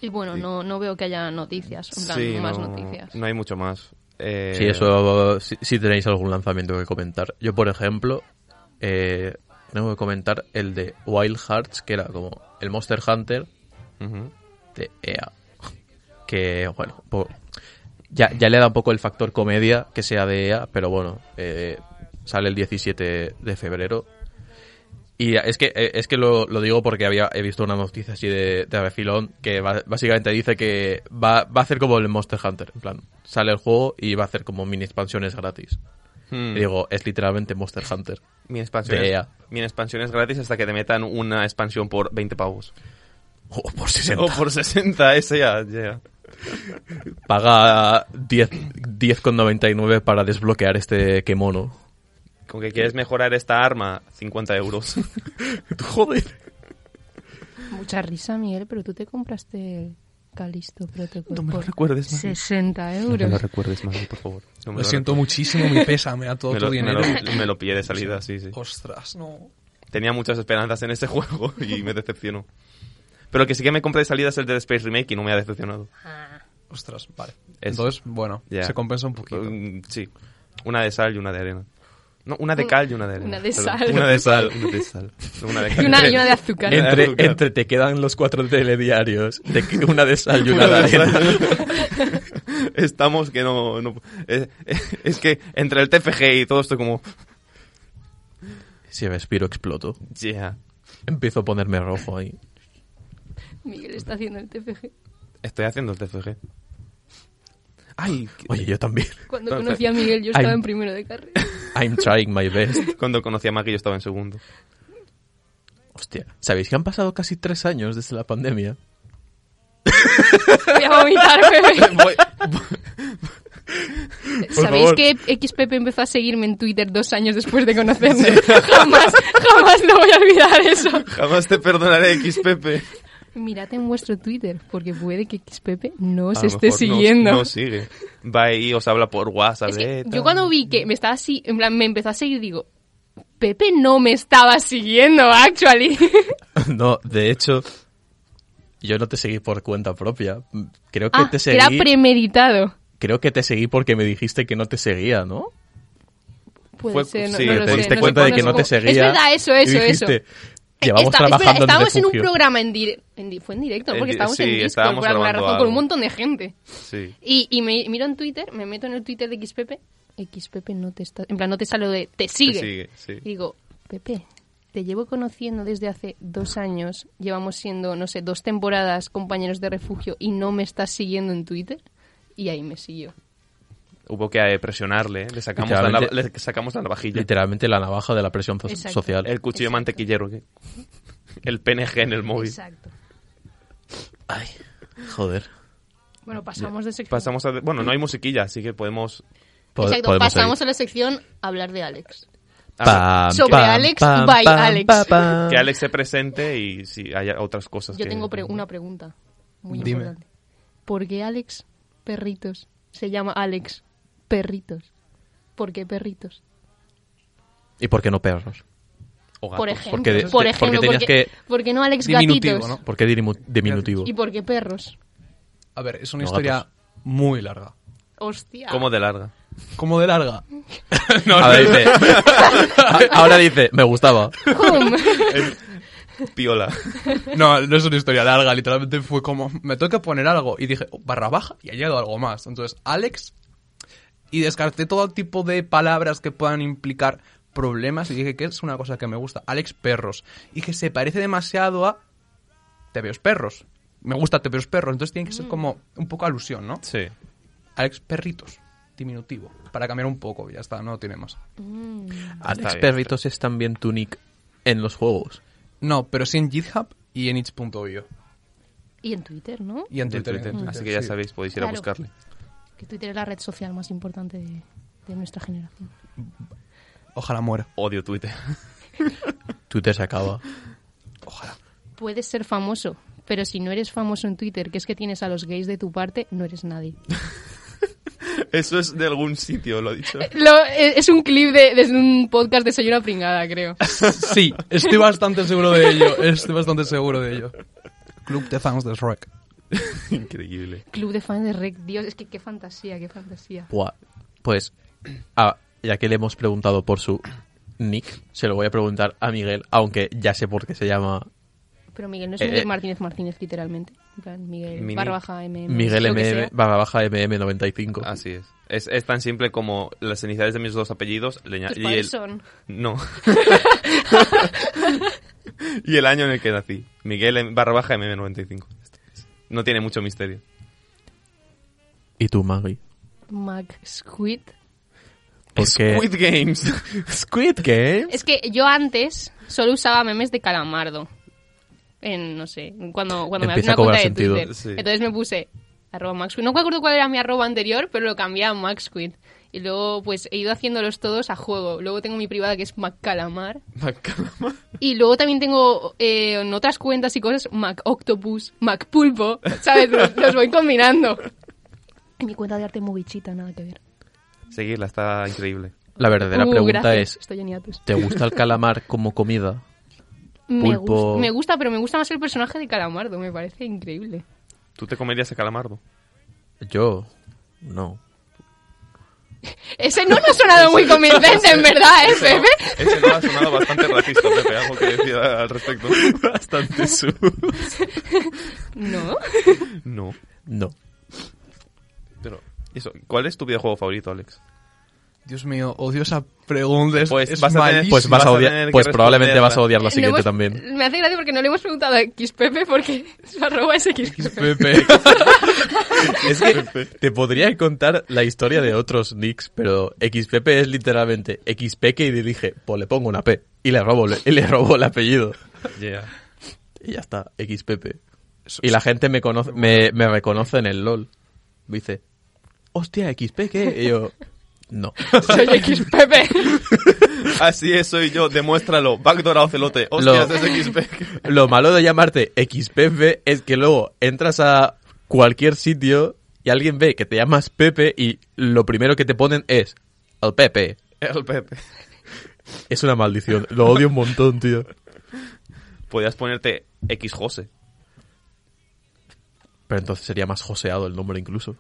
E: Y bueno, no, no veo que haya noticias. En plan,
C: Sí,
E: más
C: no,
E: noticias.
C: no hay mucho más. Eh,
D: Sí, eso, si, si tenéis algún lanzamiento que comentar. Yo, por ejemplo, eh, tengo que comentar el de Wild Hearts, que era como el Monster Hunter
C: ujú.
D: de EA. Que, bueno, po- ya, ya le da un poco el factor comedia que sea de EA, pero bueno, eh, sale el 17 de febrero. Y es que, eh, es que lo, lo digo porque había, he visto una noticia así de, de refilón que ba- básicamente dice que va, va a hacer como el Monster Hunter. En plan, sale el juego y va a hacer como mini expansiones gratis.
C: Hmm.
D: Y digo, es literalmente Monster Hunter.
C: Mi expansión,
D: De
C: es,
D: EA.
C: mi expansión es gratis hasta que te metan una expansión por 20 pavos.
D: Oh, por 60.
C: O por 60, ese ya llega.
D: Paga 10 10,99 para desbloquear este kemono.
C: Con que quieres mejorar esta arma, 50 euros.
D: Joder.
E: Mucha risa, Miguel, pero tú te compraste el Calisto Protocol por
C: recuerdes, No
E: 60
C: me lo
E: euros.
C: recuerdes, Maggie, por favor. No me
F: Lo siento
C: recuerdes.
F: muchísimo, mi pésame a todo
C: Me
F: tu
C: lo, me,
F: dinero.
C: lo, me lo pillé de salida, sí, sí.
F: Ostras, no.
C: Tenía muchas esperanzas en ese juego y me decepcionó. Pero el que sí que me compré de salida es el de Space Remake y no me ha decepcionado.
F: Ostras, vale.
C: Es-
F: Entonces, bueno,
C: Ya.
F: se compensa un poquito.
C: Mm, Sí. Una de sal y una de arena. No, una de cal y una de arena.
E: Una de
C: Perdón.
E: sal.
C: Una de sal. Una de sal. No, Una de
E: Y
C: cal.
E: una, y una de azúcar.
C: Eh,
D: Entre,
C: Azúcar.
D: entre te quedan los cuatro telediarios. Te que- una de sal y una de arena.
C: Estamos que no... no- eh, eh, es que entre el TFG y todo esto como...
D: Si respiro, exploto.
C: Yeah.
D: Empiezo a ponerme rojo ahí.
E: Miguel está haciendo el TFG.
C: Estoy haciendo el TFG. Ay, que-
D: Oye, yo también.
E: Cuando
C: Entonces,
E: conocí a Miguel, yo estaba
D: hay-
E: en primero de carrera.
D: I'm trying my best.
C: cuando conocí a Maki yo estaba en segundo.
D: Hostia. ¿Sabéis que han pasado casi tres años desde la pandemia?
E: Voy a vomitar, bebé.
C: Voy-
E: ¿Sabéis
D: favor.
E: que XPP empezó a seguirme en Twitter dos años después de conocerme? Jamás, jamás lo voy a olvidar eso.
C: jamás te perdonaré, XPP.
E: Mirad en vuestro Twitter, porque puede que XPP no
C: A
E: os
C: lo
E: esté
C: mejor no-
E: siguiendo.
C: No, sigue. Va y os habla por WhatsApp.
E: Es que
C: eh,
E: yo
C: tal.
E: cuando vi que me estaba así, en plan, me empezó a seguir, digo, Pepe no me estaba siguiendo, actually.
D: no, de hecho, yo no te seguí por cuenta propia. Creo que
E: Ah,
D: te
E: que era
D: seguí.
E: premeditado.
D: Creo que te seguí porque me dijiste que no te seguía, ¿no?
E: Puede
C: Fue-
E: ser, no,
C: sí,
E: no lo
D: te
E: sé,
D: diste
E: no
D: cuenta
E: sé
D: de que
E: cómo-
D: no te seguía.
E: Es verdad, eso,
D: y
E: eso,
D: dijiste,
E: eso.
D: Llevamos
E: Está- Eh, espera,
D: trabajando en
E: estábamos en, un
D: refugio".
E: programa en, dir- en di- fue en directo,
C: En
E: porque
C: di-
E: estábamos
C: sí,
E: en Discord
C: estábamos
E: por alguna
C: grabando
E: razón con un
C: algo.
E: montón de gente.
C: Sí.
E: Y, y me miro en Twitter, me meto en el Twitter de XPP, XPP no te está, en plan no te sale lo de te sigue.
C: sigue, sí.
E: Y digo, Pepe, te llevo conociendo desde hace dos años, llevamos siendo, no sé, dos temporadas compañeros de refugio y no me estás siguiendo en Twitter. Y ahí me siguió.
C: Hubo que eh, presionarle, ¿eh? le sacamos, la,
D: Literalmente-
C: nava- le sacamos la navajilla.
D: Literalmente la navaja de la presión so-
E: Exacto.
D: social.
C: El cuchillo
E: Exacto.
C: mantequillero. ¿qué? El PNG en el móvil.
E: Exacto.
D: Ay, joder.
E: Bueno, pasamos de sección.
C: Pasamos a... Bueno, no hay musiquilla, así que podemos...
D: Po-
E: Exacto,
D: podemos
E: pasamos
D: seguir.
E: a la sección hablar de Alex.
D: Pam,
E: sobre
D: pam,
E: Alex
D: pam,
E: by
D: pam,
E: Alex.
D: pam, pam.
C: Que Alex se presente y si hay otras cosas
E: Yo
C: que-
E: tengo pre- una pregunta muy
F: Dime.
E: importante. ¿Por qué Alex Perritos se llama Alex Perritos? ¿Por qué Perritos?
D: ¿Y por qué no perros?
C: o gatos.
E: Por ejemplo,
D: Porque de-
E: por
D: porque
E: ejemplo,
D: tenías
E: porque-
D: que-
E: ¿por qué no Alex
F: Diminutivo,
E: Gatitos?
F: ¿no?
D: ¿Por qué dirimu- diminutivo?
E: ¿Y por qué perros?
F: A ver, es una
D: No,
F: historia
D: gatos.
F: muy larga.
E: Hostia.
C: Como de larga.
F: Como de larga.
D: ahora, dice, ahora dice, me gustaba.
E: Hum.
C: Piola.
F: No, no es una historia larga, literalmente fue como, me tengo que poner algo. Y dije, oh, barra baja y añado algo más. Entonces, Alex, y descarté todo tipo de palabras que puedan implicar problemas y dije que es una cosa que me gusta. Alex Perros. Y dije, se parece demasiado a Te veo perros. Me gusta Te veo perros. Entonces tiene que ser como un poco alusión, ¿no?
C: Sí.
F: Alex Perritos, diminutivo, para cambiar un poco, ya está, no tiene más.
D: Alex
C: bien.
D: Perritos es también tu nick en los juegos.
F: No, pero sí en GitHub y en itch.io.
E: Y en Twitter, ¿no?
F: Y en
C: De
F: Twitter.
C: Twitter.
F: en
C: Así
F: Twitter,
C: que ya
F: sí.
C: sabéis, podéis ir a
E: Claro.
C: buscarle.
E: Que Twitter es la red social más importante de, de nuestra generación.
F: Ojalá muera.
C: Odio Twitter.
D: Twitter se acaba.
E: Puedes ser famoso, pero si no eres famoso en Twitter, que es que tienes a los gays de tu parte, no eres nadie.
C: Eso es de algún sitio, lo ha dicho.
E: Lo- eh, es es un clip de, de un podcast de Soy una pringada, creo.
F: Sí, estoy bastante seguro de ello. Estoy bastante seguro de ello. Club de fans de Shrek.
C: Increíble.
E: Club de fans de Rec. Dios, es que qué fantasía, qué fantasía.
D: Buah. Pues, ah, ya que le hemos preguntado por su nick, se lo voy a preguntar a Miguel, aunque ya sé por qué se llama
E: Pero Miguel no es
D: Eh,
E: Miguel
D: eh.
E: Martínez Martínez, literalmente. En plan, Miguel
C: Mini-
E: barra baja MM.
D: Miguel
E: lo que sea.
D: MM, barra baja MM95.
C: Así es. es. es tan simple como las iniciales de mis dos apellidos. le aña-
E: Tus
C: y
E: padres
C: el-
E: son.
C: No. y el año en el que nací. Miguel en- barra baja MM95. No tiene mucho misterio.
D: ¿Y tú, Maggie?
E: Mac Squid.
D: Porque
C: Squid Games.
D: Squid Game.
E: Es que yo antes solo usaba memes de calamardo. En, no sé, cuando, cuando me abrí
D: Empieza
E: una
D: a cobrar
E: cuenta de
D: sentido.
E: Twitter.
C: Sí.
E: Entonces me puse arroba maxquid. No me acuerdo cuál era mi arroba anterior, pero lo cambié a maxquid. Y luego, pues, he ido haciéndolos todos a juego. Luego tengo mi privada que es maccalamar. Y luego también tengo eh, en otras cuentas y cosas Mac Octopus, Mac Pulpo, ¿sabes? Los, los voy combinando. En mi cuenta de arte movichita, nada que ver.
C: Seguirla, está increíble.
D: La verdadera
E: Uh,
D: pregunta
E: gracias,
D: es,
E: Estoy en hiatus.
D: ¿te gusta el calamar como comida?
E: Me,
D: Pulpo.
E: gusta, me gusta, pero me gusta más el personaje de Calamardo, me parece increíble.
C: ¿Tú te comerías a calamardo?
D: Yo, no.
E: Ese no me ha sonado muy convincente, en verdad, ¿eh, Pepe?
C: Ese no ha sonado bastante racista, Pepe, algo que decir al respecto. Bastante su.
E: No.
C: No.
D: No.
C: Pero, eso, ¿cuál es tu videojuego favorito, Alex?
F: Dios mío, odiosa pregunta. Es,
C: Pues
F: es
C: vas a tener-
F: malísima.
D: Pues vas
C: vas
D: a
C: a
D: odiar,
C: tener que
D: pues probablemente vas a odiar la
E: No
D: siguiente
E: hemos-
D: también.
E: Me hace gracia porque no le hemos preguntado a XPepe porque su arroba es XPepe.
D: Pepe. es que te podría contar la historia de otros nicks, pero XPP es literalmente XP que dirige, pues le pongo una P y le robo, y le robo el apellido.
C: Yeah.
D: Y ya está, XPP. Y la gente me conoce, me, me reconoce en el LOL. Me dice, hostia, XP, ¿qué? Y yo, no.
E: Soy XPepe.
C: Así es, soy yo, demuéstralo. Backdoor a Ocelote. Hostias,
D: Lo-
C: es XP.
D: Lo malo de llamarte XPP es que luego entras a cualquier sitio y alguien ve que te llamas Pepe y lo primero que te ponen es el Pepe.
C: El Pepe.
D: Es una maldición. Lo odio un montón, tío.
C: Podías ponerte X Jose.
D: Pero entonces sería más joseado el nombre incluso.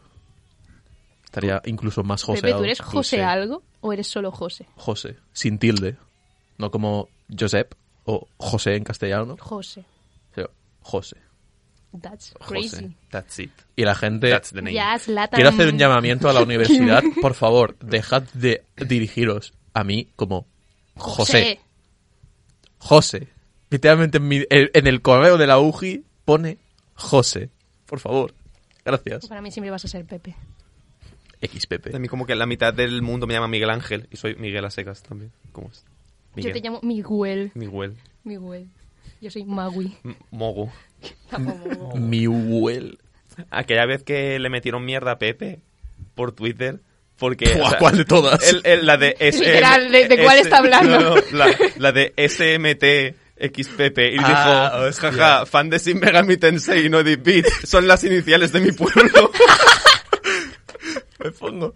D: Estaría incluso más
E: Pepe,
D: joseado.
E: ¿tú eres José
D: sé.
E: algo o eres solo José?
D: José. Sin tilde. No como Josep o José en castellano.
E: José.
D: Pero José.
E: That's
C: José.
E: crazy.
C: That's it.
D: Y la gente...
C: That's the name.
E: Ya, Zlatan.
D: Quiero hacer un llamamiento a la universidad. Por favor, dejad de dirigiros a mí como José. José. Literalmente en, mi- en el correo de la UGI pone José. Por favor. Gracias.
E: Para mí siempre vas a ser Pepe.
C: A
D: XPP.
C: mí como que la mitad del mundo me llama Miguel Ángel y soy Miguel a secas también. ¿Cómo es? Miguel.
E: Yo te llamo Miguel.
C: Miguel.
E: Miguel. Yo soy Magui.
C: M- Mogo.
D: Miuel.
C: Aquella vez que le metieron mierda a Pepe por Twitter. Porque.
D: Buah, ¿cuál de todas?
C: el- el- la de SM,
E: Literal, ¿de- de cuál está hablando?
C: no, no, la, la de SMT. XPP y dijo,
D: Ah, hostia.
C: jaja, fan de Sin Megami Tensei y no de Beat, son las iniciales de mi pueblo.
D: Me pongo.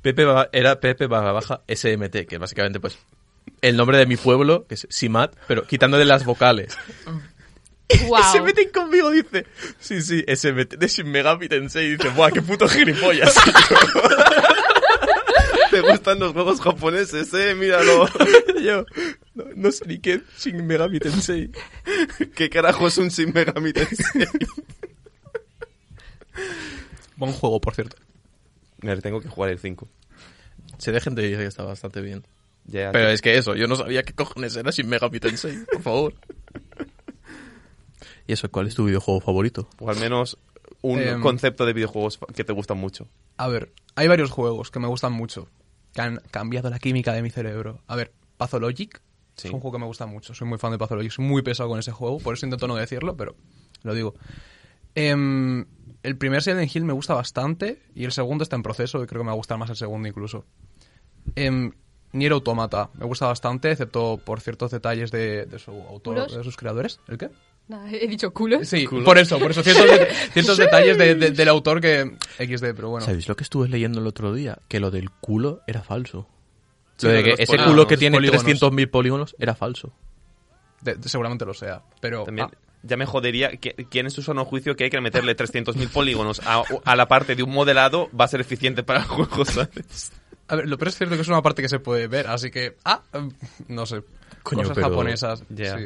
D: Pepe ba- era Pepe barra baja SMT, que básicamente pues el nombre de mi pueblo, que es Simat, pero quitándole las vocales.
E: Guau.
D: se meten conmigo, dice. Sí, sí, ese mete- de Shin Megami Tensei y dice, ¡buah, qué puto gilipollas!
C: ¿Te gustan los juegos japoneses, eh? Míralo.
D: Yo, no, no sé ni qué es Shin Megami Tensei.
C: ¿Qué carajo es un Shin Megami Tensei?
F: Buen juego, por cierto.
C: Me lo tengo que jugar el 5.
D: Se dejen de dice que está bastante bien.
C: Ya,
D: Pero es que eso, yo no sabía qué cojones era Shin Megami Tensei, por favor. ¿Y eso cuál es tu videojuego favorito?
C: O al menos un
F: Em.
C: concepto de videojuegos que te gustan mucho.
F: A ver, hay varios juegos que me gustan mucho, que han cambiado la química de mi cerebro. A ver, Pathologic
C: Sí.
F: es un juego que me gusta mucho. Soy muy fan de Pathologic, soy muy pesado con ese juego, por eso intento no decirlo, pero lo digo. Em, el primer Silent Hill me gusta bastante y el segundo está en proceso y creo que me va a gustar más el segundo incluso. Em, Nier Automata me gusta bastante, excepto por ciertos detalles de, de su autor,
E: ¿Culos?
F: de sus creadores. ¿El qué?
E: Nada, he dicho culos.
F: Sí, por eso, por eso. Ciertos, de- ciertos detalles de- de- del autor que... XD, pero bueno.
D: ¿Sabéis lo que estuve leyendo el otro día? Que lo del culo era falso.
C: Sí,
D: lo
C: lo
D: de
C: de
D: que
C: los
D: ese
C: polígonos,
D: culo que
F: los
D: tiene
F: polígonos.
D: 300.000 polígonos era falso.
F: De- de- seguramente lo sea,
D: Oh,
F: pero...
C: También
F: ah,
C: ya me jodería que, que en su sano juicio que hay que meterle 300.000 polígonos a, a la parte de un modelado va a ser eficiente para el juego, ¿sabes?
F: a ver, lo peor es cierto que es una parte que se puede ver, así que... Ah, em, no sé.
D: Coño,
F: cosas
D: pero-
F: japonesas,
C: Ya.
F: sí.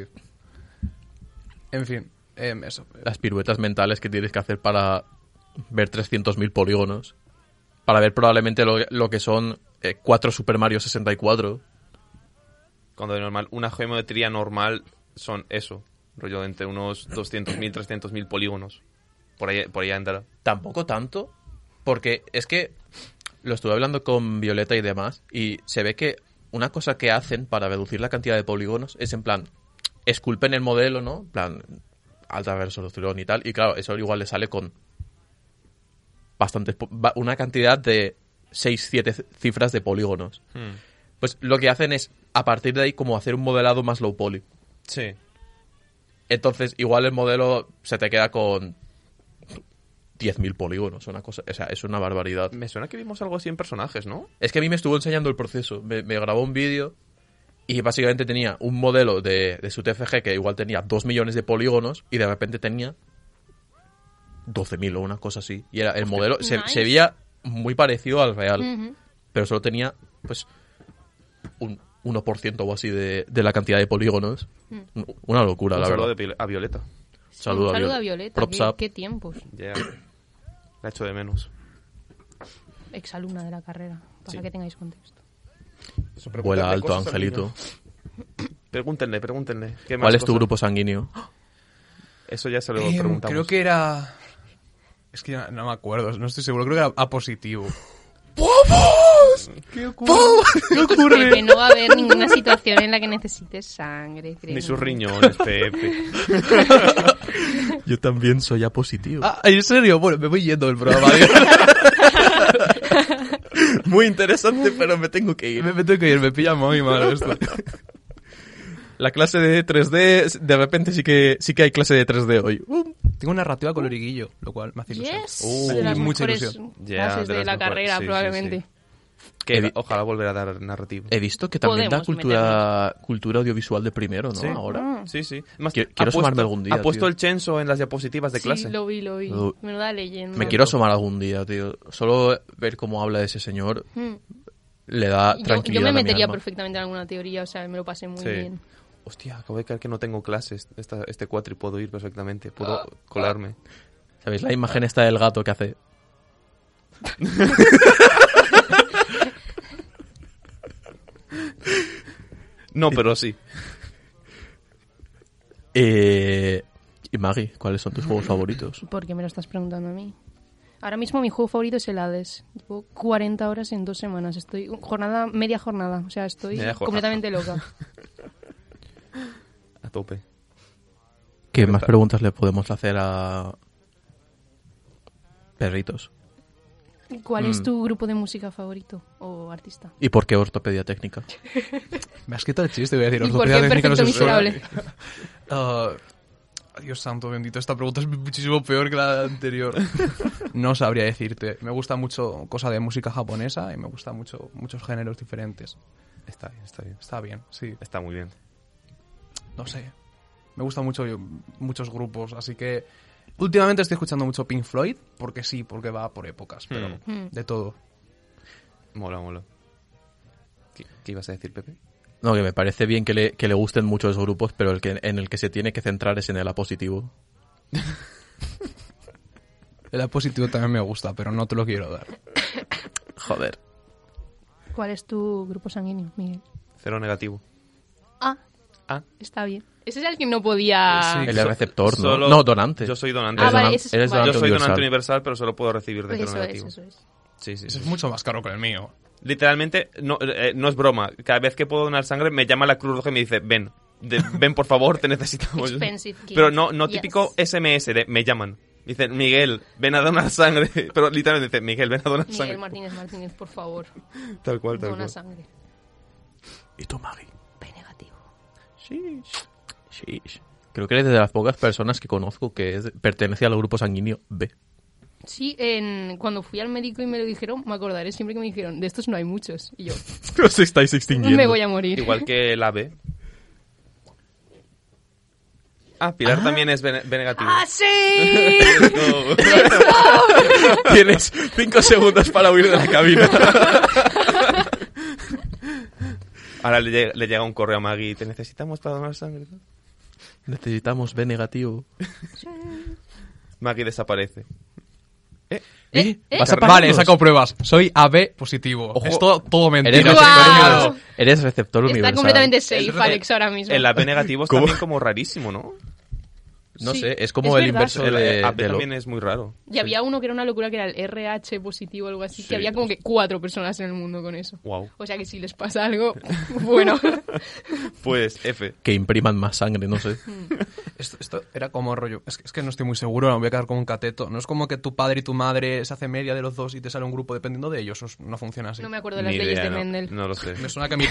F: En fin, em, eso.
D: Las piruetas mentales que tienes que hacer para ver 300.000 polígonos. Para ver probablemente lo, lo que son 4 Super Mario 64.
C: Cuando de normal, una geometría normal son eso, rollo entre unos 200.000, 300.000 polígonos. Por ahí, por ahí andará.
D: Tampoco tanto, porque es que lo estuve hablando con Violeta y demás, y se ve que una cosa que hacen para reducir la cantidad de polígonos es en plan, esculpen el modelo, ¿no? En plan, alta resolución y tal, y claro, eso igual le sale con bastantes, po- ba- una cantidad de 6, 7 cifras de polígonos. Pues lo que hacen es, a partir de ahí, como hacer un modelado más low poly.
C: Sí.
D: Entonces, igual el modelo se te queda con 10.000 polígonos, una cosa, o sea, es una barbaridad.
C: Me suena que vimos algo así en personajes, ¿no?
D: Es que a mí me estuvo enseñando el proceso, me, me grabó un vídeo y básicamente tenía un modelo de, de su TFG que igual tenía 2 millones de polígonos y de repente tenía 12.000 o una cosa así. Y era el modelo, se,
E: nice.
D: se veía muy parecido al real, pero solo tenía pues un 1% o así de, de la cantidad de polígonos. Una locura,
C: Un
D: la
C: saludo
D: verdad.
C: de Viol- a Violeta.
D: Saludo
E: Un
D: a
E: saludo a
D: Viol-
E: Violeta.
D: Props
E: ¿Qué,
D: up.
E: qué tiempos.
C: Ya. La echo de menos.
E: Exalumna de la carrera, para que tengáis contexto.
D: Vuela alto, Angelito.
C: Pregúntenle, pregúntenle. ¿Qué más
D: ¿Cuál es tu
C: cosas?
D: grupo sanguíneo?
C: Eso ya se lo
F: Em,
C: preguntamos.
F: creo que era... Es que ya no me acuerdo, no estoy seguro. Creo que era A positivo. ¿Qué ocurre? ¿Qué
E: Pepe,
F: ocurre?
E: no va a haber ninguna situación en la que necesites sangre.
C: Ni
E: créeme.
C: sus riñones, Pepe.
D: Yo también soy A positivo.
F: Ah, en serio, bueno, me voy yendo del programa.
D: muy interesante, pero me tengo que
F: me, me tengo que ir, me pilla muy mal esto.
D: La clase de 3D, de repente sí que, sí que hay clase de 3D hoy. Um.
F: Tengo una narrativa con Origuillo, lo cual me hace ilusión.
E: Yes.
C: Uh,
E: de las
F: mucha
E: mejores
F: ilusión.
E: clases
C: Ya, de
E: de,
C: las
E: la
C: mejores,
E: carrera,
C: sí, sí,
E: probablemente.
C: sí. Que
D: Evi- Eh,
C: ojalá volver a dar narrativo.
D: He visto que también da
E: Podemos Ah.
D: cultura, cultura audiovisual de primero, ¿no?
C: Sí.
D: Ahora.
C: Sí, sí. Más,
D: Quiero-
C: ha
D: quiero asomarme
C: puesto-
D: algún día,
C: Ha puesto
D: tío.
C: el Chenso en las diapositivas de clase.
E: Sí, lo vi, lo vi.
D: Lo-
E: Menuda leyenda.
D: Uh. Me quiero asomar algún día, tío. Solo ver cómo habla ese señor
E: Mm.
D: le da
E: Yo- Yo,
D: tranquilidad
E: me
D: a mi
E: metería
D: alma.
E: perfectamente en alguna teoría, o sea, me lo pasé muy
C: Sí.
E: bien.
C: Hostia, acabo de caer que no tengo clases esta- este cuatri. Puedo ir perfectamente.
E: Ah,
C: Puedo colarme.
D: ¿Sabéis la imagen esta del gato que hace?
C: No, pero sí.
D: Eh, y Maggie, ¿cuáles son tus juegos favoritos?
E: ¿Por qué me lo estás preguntando a mí? Ahora mismo mi juego favorito es el Hades. Llevo 40 horas en dos semanas. Estoy jornada, media jornada. O sea, estoy
C: Media jornada.
E: completamente loca.
C: A tope.
D: ¿Qué más preguntas le podemos hacer a perritos?
E: ¿Cuál es tu grupo de música favorito o artista?
D: ¿Y por qué ortopedia técnica?
F: Me has quitado el chiste, voy a decir.
E: ¿Y por qué
F: ortopedia técnica no
E: perfecto
F: se suena.
E: miserable?
F: Ah, Dios santo bendito, esta pregunta es muchísimo peor que la anterior. No sabría decirte. Me gusta mucho cosa de música japonesa y me gusta mucho muchos géneros diferentes.
C: Está bien, está bien.
F: Está bien, sí.
C: Está muy bien.
F: No sé. Me gustan mucho yo- muchos grupos, así que últimamente estoy escuchando mucho Pink Floyd, porque sí, porque va por épocas, pero
E: Hmm.
F: de todo.
C: Mola, mola. ¿Qué, qué ibas a decir, Pepe?
D: No, que me parece bien que le, que le gusten mucho esos grupos, pero el que, en el que se tiene que centrar es en el A positivo.
F: El A positivo también me gusta, pero no te lo quiero dar.
D: Joder.
E: ¿Cuál es tu grupo sanguíneo, Miguel?
C: Cero negativo.
E: Ah,
C: Ah, Eh,
E: está bien. Ese es el que no podía...
F: Sí.
D: Ah. El
C: So-
D: receptor, ¿no?
C: solo-
D: No, donante.
C: Yo soy donante.
E: Ah,
D: Eres
E: vale,
D: donan-
E: ese es-
D: eres
E: vale.
C: Yo
D: donante
C: soy donante
D: universal.
C: universal, pero solo puedo recibir de
E: Pues
C: cero
E: eso es,
C: negativo.
E: eso es.
C: Sí, sí,
F: Ese es
C: sí.
F: mucho más caro que el mío.
C: Literalmente, no, eh, no es broma. Cada vez que puedo donar sangre, me llama la Cruz Roja y me dice, ven, de- ven por favor, te necesitamos.
E: Expensive gift.
C: Pero no, no
E: Yes.
C: típico SMS de me llaman. Dicen, Miguel, ven a donar sangre. Pero literalmente dice, Miguel, ven a donar sangre.
E: Miguel Martínez Martínez, por favor,
C: Tal cual, tal
E: dona
C: cual.
E: sangre.
D: ¿Y tú, Maggie?
E: P negativo.
D: Sheesh. Creo que eres de las pocas personas que conozco que es- pertenece al grupo sanguíneo B.
E: Sí, en, cuando fui al médico y me lo dijeron, me acordaré siempre que me dijeron, de estos no hay muchos. Y yo,
D: Os estáis extinguiendo.
E: me voy a morir.
C: Igual que el AB. Ah, Pilar también es B, B negativo.
E: ¡Ah, sí!
C: No.
D: Tienes cinco segundos para huir de la cabina.
C: Ahora le, llega- le llega un correo a Maggie, te necesitamos para donar sangre.
D: Necesitamos B negativo.
C: Maggie desaparece.
D: ¿Eh?
E: ¿Eh?
D: ¿Vas a
F: Vale, he
D: pagarnos?
F: sacado pruebas. Soy AB positivo.
D: Ojo.
F: Es todo, todo mentira.
D: Eres
E: Wow.
D: receptor universal. Eres receptor
E: Está
D: universal.
E: completamente
C: El-
E: safe,
C: el-
E: Alex, ahora mismo.
C: El AB negativo es
D: ¿Cómo?
C: también como rarísimo, ¿no?
D: No
E: Sí,
D: sé, es como
E: es
D: el
E: verdad.
D: inverso
C: el
D: de,
C: AB
D: de lo-
C: también es muy raro.
E: Y había uno que era una locura, que era el RH positivo o algo así,
D: Sí.
E: que había como que cuatro personas en el mundo con eso.
C: Wow.
E: O sea que si les pasa algo, bueno.
C: Pues F.
D: que impriman más sangre, no sé.
F: Esto, esto era como rollo. Es que, es que no estoy muy seguro, me voy a quedar como un cateto. No es como que tu padre y tu madre se hace media de los dos y te sale un grupo dependiendo de ellos. Eso no funciona así.
E: No me
F: me...
E: acuerdo las
C: Ni
E: leyes
C: idea,
E: de
C: no.
E: Mendel.
C: No lo sé.
F: suena que mi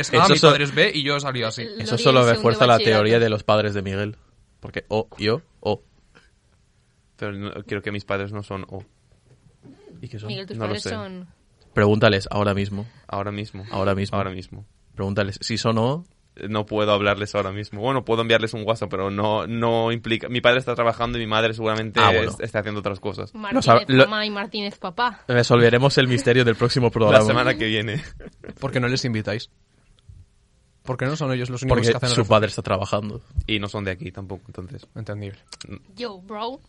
F: es A,
D: Eso
F: mi
D: son-
F: padre es B y yo he salido así.
E: Lo
D: Eso
E: di
D: solo
E: en
D: refuerza
E: segundo
D: la
E: bachillerato.
D: teoría de los padres de Miguel. Porque O, yo, oh, O.
C: Pero no- creo que mis padres no son O.
D: ¿Y qué son?
E: Miguel, tus
C: No lo
E: padres
C: sé.
E: son...
D: Pregúntales ahora mismo.
C: Ahora mismo.
D: Ahora mismo.
C: Ahora mismo.
D: Pregúntales si son O.
C: Eh, No puedo hablarles ahora mismo. Bueno, puedo enviarles un WhatsApp, pero no, no implica. Mi padre está trabajando y mi madre seguramente
D: Ah, bueno.
C: es- está haciendo otras cosas.
E: Martínez
D: sabe- lo-
E: mamá y Martínez papá.
D: Resolveremos el misterio del próximo programa.
C: La semana que viene.
F: Porque no les invitáis. Porque no son ellos los únicos
D: Porque
F: que hacen el
D: su
F: refu-
D: padre está trabajando.
C: Y no son de aquí tampoco, entonces.
F: Entendible.
E: Yo, bro.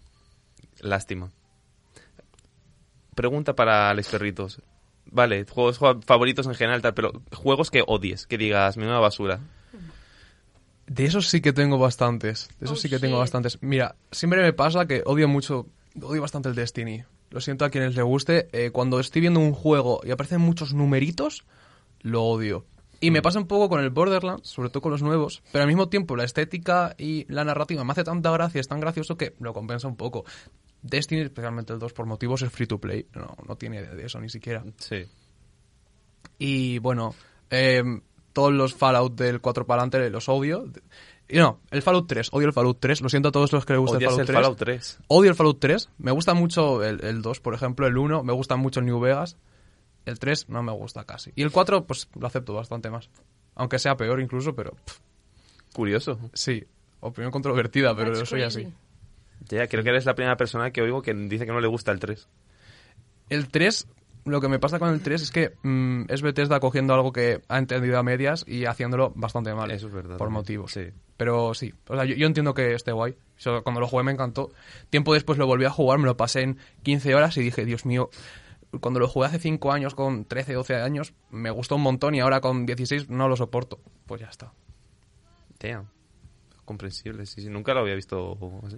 C: Lástima. Pregunta para Alex Perritos. Vale, juegos jua- favoritos en general, tal, pero juegos que odies, que digas, menuda basura.
F: De esos sí que tengo bastantes. De esos
E: Oh,
F: sí que tengo
E: shit.
F: bastantes. Mira, siempre me pasa que odio mucho, odio bastante el Destiny. Lo siento a quienes le guste. eh, cuando estoy viendo un juego y aparecen muchos numeritos, lo odio. Y
E: Mm.
F: me pasa un poco con el Borderlands, sobre todo con los nuevos, pero al mismo tiempo la estética y la narrativa me hace tanta gracia, es tan gracioso que lo compensa un poco. Destiny, especialmente el 2, por motivos es free to play. No, no tiene de eso ni siquiera.
C: Sí.
F: Y bueno, eh, todos los Fallout del 4 para adelante los odio. Y no, el Fallout 3, odio el Fallout 3. Lo siento a todos los que les gusta el
C: Odias
F: Fallout,
C: el
F: 3.
C: Fallout 3.
F: Odio el Fallout 3. Me gusta mucho el, el 2, por ejemplo, el 1. Me gusta mucho el New Vegas. El 3 no me gusta casi. Y el 4, pues lo acepto bastante más. Aunque sea peor incluso, pero pff,
C: Curioso.
F: sí. Opinión controvertida, pero
E: That's
F: soy así.
E: crazy.
C: Ya, creo que eres la primera persona que oigo que dice que no le gusta el 3.
F: El 3, lo que me pasa con el 3 es que mm, es Bethesda cogiendo algo que ha entendido a medias y haciéndolo bastante mal.
C: Eso es verdad
F: Por
C: también,
F: motivos.
C: sí.
F: Pero sí, o sea, yo, yo entiendo que esté guay. Yo cuando lo jugué me encantó. Tiempo después lo volví a jugar, me lo pasé en 15 horas y dije, Dios mío, cuando lo jugué hace 5 años con 13, 12 años, me gustó un montón y ahora con 16 no lo soporto. Pues ya está.
C: Damn. Comprensible, sí, sí. Nunca lo había visto así.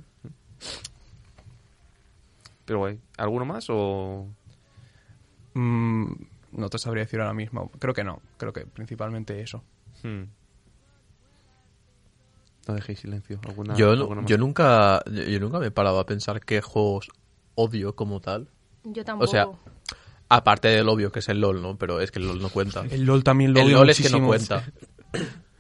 C: Pero guay. ¿Alguno más o...?
F: Mm, no te sabría decir ahora mismo. Creo que no. Creo que principalmente eso.
C: Hmm. No dejéis silencio. ¿Alguna,
D: yo, no-
C: alguna más?
D: yo nunca, yo, yo nunca me he parado a pensar qué juegos odio como tal.
E: Yo
D: O
E: tampoco.
D: sea, aparte del obvio que es el LOL, ¿no? Pero es que el LOL no cuenta.
F: El LOL también lo
D: El
F: odio
D: LOL es que no
F: muchísimo.
D: cuenta.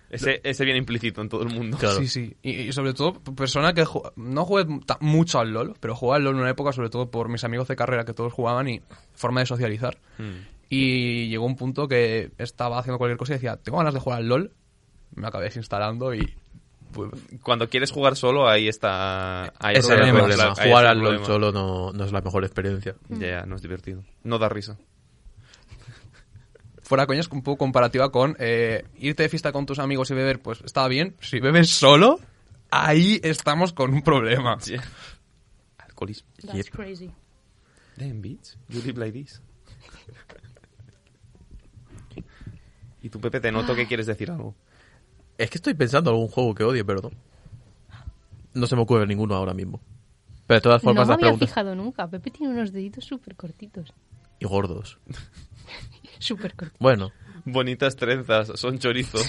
C: Ese, ese viene implícito en todo el mundo.
D: Claro.
F: Sí, sí. Y, y sobre todo, persona que ju- no jugué ta- mucho al LOL, pero jugaba al LOL en una época, sobre todo por mis amigos de carrera que todos jugaban y forma de socializar.
C: Hmm.
F: Y llegó un punto que estaba haciendo cualquier cosa y pues, decía, tengo ganas de jugar al LOL. Me acabé desinstalando y
C: Cuando quieres jugar solo, ahí está. Ahí
D: Ese
C: está
D: es el
C: la-
D: problema.
C: ahí
D: Jugar
C: está
D: al
C: el
D: LOL
C: problema.
D: solo no, no es la mejor experiencia.
C: Ya, ya, no es divertido. No da risa.
F: Fuera coña, es un poco comparativa con eh, irte de fiesta con tus amigos y beber, pues está bien. Si bebes solo, ahí estamos con un problema.
C: Ya. Alcoholismo.
G: That's crazy.
C: Damn, bitch. You live like this. Y tú, Pepe, te noto que quieres decir algo.
D: Es que estoy pensando en algún juego que odie, pero no. No se me ocurre ninguno ahora mismo. Pero de todas
E: No me
D: formas,
E: había
D: las preguntas.
E: fijado nunca. Pepe tiene unos deditos súper cortitos.
D: Y gordos.
E: Súper cortitos.
D: Bueno,
C: Bonitas trenzas, son chorizos.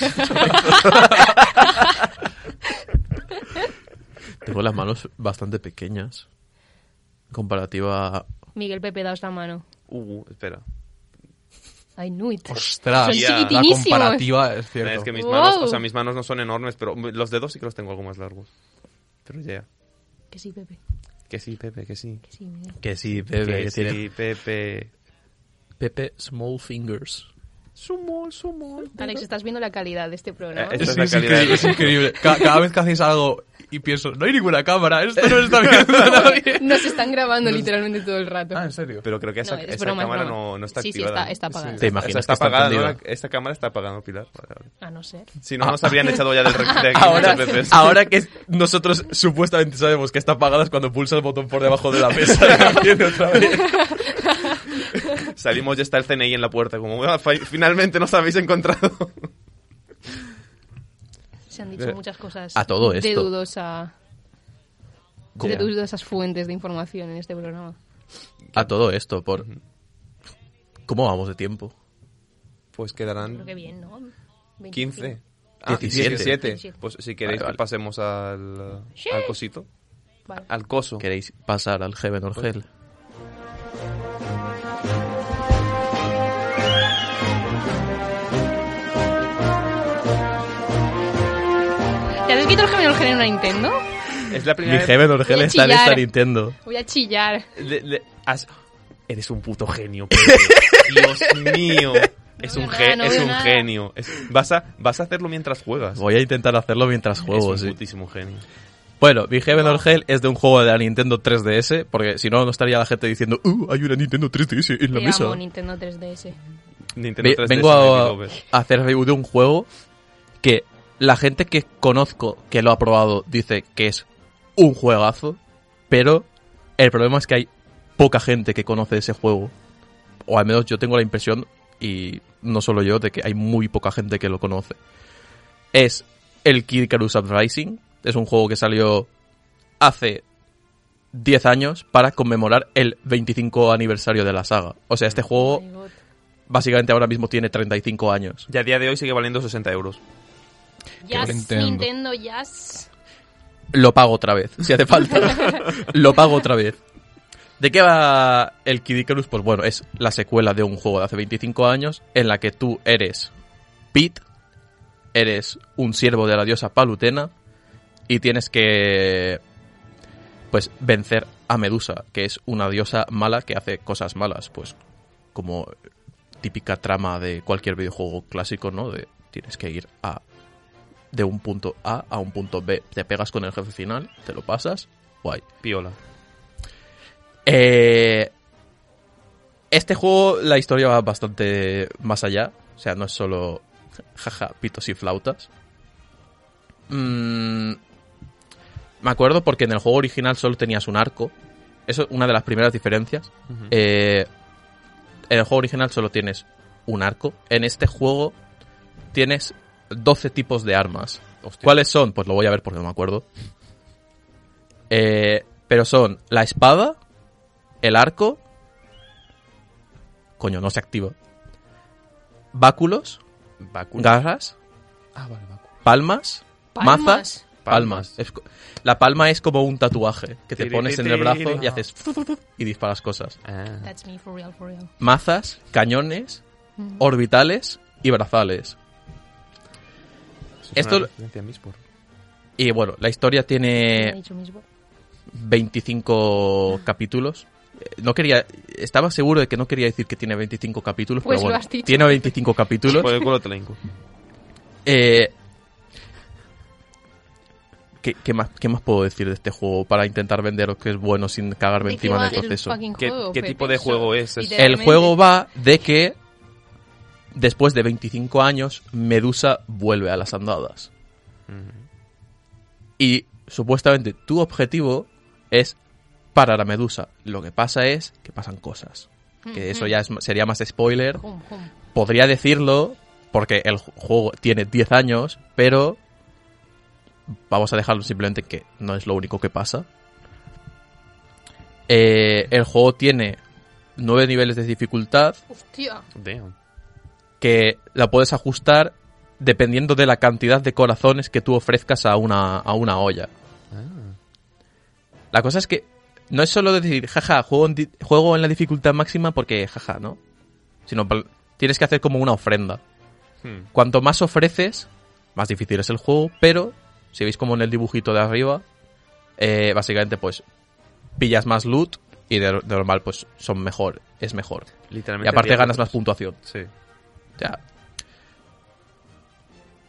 D: tengo las manos bastante pequeñas. Comparativa. a-
E: Miguel Pepe, daos la mano.
C: uh, espera.
E: I knew it.
F: Ostras,
E: Son
F: la
E: chiquitinísimos.
F: comparativa es cierto.
C: Es que mis
E: Wow.
C: manos, o sea, mis manos no son enormes, pero los dedos sí que los tengo algo más largos. Pero ya.
E: Que sí, Pepe.
C: Que sí, Pepe, que sí.
E: Que sí, Miguel.
D: Que sí, Pepe.
C: que
D: Que
C: sí,
D: tiene-
C: Pepe.
D: Pepe Small Fingers.
C: Sumo, sumo.
E: Alex, estás viendo la calidad de este programa.
C: Eh, esta es
F: Sí,
C: la
F: es
C: calidad de-
F: increíble, es increíble. Ca- Cada, vez que hacéis algo y pienso, no hay ninguna cámara, esto no lo está viendo nadie.
E: Nos están grabando literalmente todo el rato.
F: Ah, en serio.
C: Pero creo que esa,
E: No, es
C: esa
E: broma, es
C: cámara
E: broma.
C: no, no está
E: Sí, sí,
C: activada.
E: está- está apagada.
D: ¿Te imaginas
C: Esa está
D: que está
C: apagada, ¿no?
D: prendida?
C: La- Esta cámara está apagada, ¿no, Pilar. Vale, vale.
E: A no ser.
C: Si no, nos habrían echado ya del re- de aquí
D: Ahora,
C: muchas veces.
D: ahora que nosotros supuestamente sabemos que está apagada es cuando pulsa el botón por debajo de la mesa y la enciende otra vez.
C: Salimos, ya está el CNI en la puerta. Como, "Ah, fi- finalmente nos habéis encontrado.
E: Se han dicho muchas cosas
D: Eh, A todo
E: de
D: esto.
E: dudosa, de dudosas fuentes de información en este programa.
D: A todo esto, por... ¿Cómo vamos de tiempo?
C: Pues
E: Creo que
C: quedarán
E: bien, ¿no? 25.
C: 15. Ah,
D: 17.
C: 17. Pues si queréis
D: Vale, vale.
C: que pasemos al,
E: Sí.
C: al cosito.
E: Vale.
C: Al coso.
D: ¿Queréis pasar al Heaven or
F: Pues
D: Hell?
E: ¿Te has escrito el gemelo en una Nintendo?
C: Es la primera vez-
D: Heaven or
E: Voy a chillar.
D: Nintendo.
E: Voy a chillar.
C: le- le- has- Eres un puto genio, Pepe. Dios mío. Es
E: No
C: un,
E: veo
C: ge-
E: nada, no
C: es
E: veo
C: un
E: nada.
C: genio. Es- vas, a, vas a hacerlo mientras juegas.
D: Voy a intentar hacerlo mientras juego,
C: es un
D: sí.
C: putísimo genio.
D: Bueno, Big Heaven or Hell es de un juego de la Nintendo 3DS, porque si no, no estaría la gente diciendo ¡Uh, hay una Nintendo 3DS en la
E: Te
D: mesa!
E: amo, Nintendo 3DS.
C: Nintendo
D: Ve-
C: 3DS,
D: vengo
C: Baby
D: a,
C: Lover.
D: a hacer review de un juego que la gente que conozco que lo ha probado dice que es un juegazo, pero el problema es que hay poca gente que conoce ese juego. O al menos yo tengo la impresión, y no solo yo, de que hay muy poca gente que lo conoce. Es el Kid Icarus Uprising. Es un juego que salió hace 10 años para conmemorar el 25 aniversario de la saga. O sea, este juego
E: My God.
D: básicamente ahora mismo tiene 35 años.
C: Y a día de hoy sigue valiendo 60 euros.
E: Yes,
F: Nintendo.
E: Nintendo, yes.
D: Lo pago otra vez, si hace falta. Lo pago otra vez. ¿De qué va el Kid Icarus? Pues bueno, es la secuela de un juego de hace 25 años en la que tú eres Pete, eres un siervo de la diosa Palutena y tienes que pues vencer a Medusa, que es una diosa mala que hace cosas malas, pues como típica trama de cualquier videojuego clásico, ¿no? De tienes que ir a de un punto A a un punto B, te pegas con el jefe final, te lo pasas, guay.
C: Piola.
D: Eh, este juego, la historia va bastante más allá. O sea, no es solo jaja, pitos y flautas. Mm, me acuerdo porque en el juego original solo tenías un arco. Eso es una de las primeras diferencias. Eh, en el juego original solo tienes un arco. En este juego tienes 12 tipos de armas.
C: Hostia.
D: ¿Cuáles son? Pues lo voy a ver porque no me acuerdo. Eh, pero son la espada, el arco. Coño, no se activa. Báculos,
C: Baku.
D: garras,
C: Ah, vale, Baku.
D: palmas,
E: Palmas.
D: mazas, palmas.
C: Palmas.
D: Es co- la palma es como un tatuaje que te
C: Tiri,
D: pones en el
C: tiri,
D: brazo
C: tiri.
D: y haces y disparas cosas.
C: Ah.
E: That's me for real, for real.
D: Mazas, cañones,
E: Mm.
D: orbitales y brazales.
C: Eso es
D: Esto-
C: una referencia a Mispor.
D: Y bueno, la historia
E: Me
D: tiene
E: ha dicho mismo.
D: 25 capítulos. Eh, No quería, estaba seguro de que no quería decir que tiene 25 capítulos,
E: Pues
D: pero
E: lo
D: bueno,
E: has dicho.
D: tiene
C: Pues
D: 25 capítulos.
C: Por el culo te la hinco.
D: Eh, ¿Qué, qué más, ¿Qué más puedo decir de este juego para intentar vender que es bueno sin cagarme encima del proceso?
C: ¿Qué- qué tipo de juego es?
D: El juego va de que después de 25 años Medusa vuelve a las andadas.
C: Mm,
D: Y supuestamente tu objetivo es parar a Medusa. Lo que pasa es que pasan cosas.
E: Mm,
D: Que eso ya es- sería más spoiler. Podría decirlo porque el ju- juego tiene 10 años, pero vamos a dejarlo simplemente que no es lo único que pasa. Eh, el juego tiene nueve niveles de dificultad
E: Hostia.
C: Damn.
D: que la puedes ajustar dependiendo de la cantidad de corazones que tú ofrezcas a una, a una olla. La cosa es que no es solo decir, jaja, juego en, di- juego en la dificultad máxima porque jaja, ¿no? Sino pal- tienes que hacer como una ofrenda.
C: Hmm.
D: Cuanto más ofreces, más difícil es el juego, pero si veis como en el dibujito de arriba, eh, básicamente pues pillas más loot y de, de normal pues son mejor, es mejor. Y
C: Literalmente.
D: aparte
C: diálogos.
D: ganas más puntuación.
C: Sí.
D: Ya,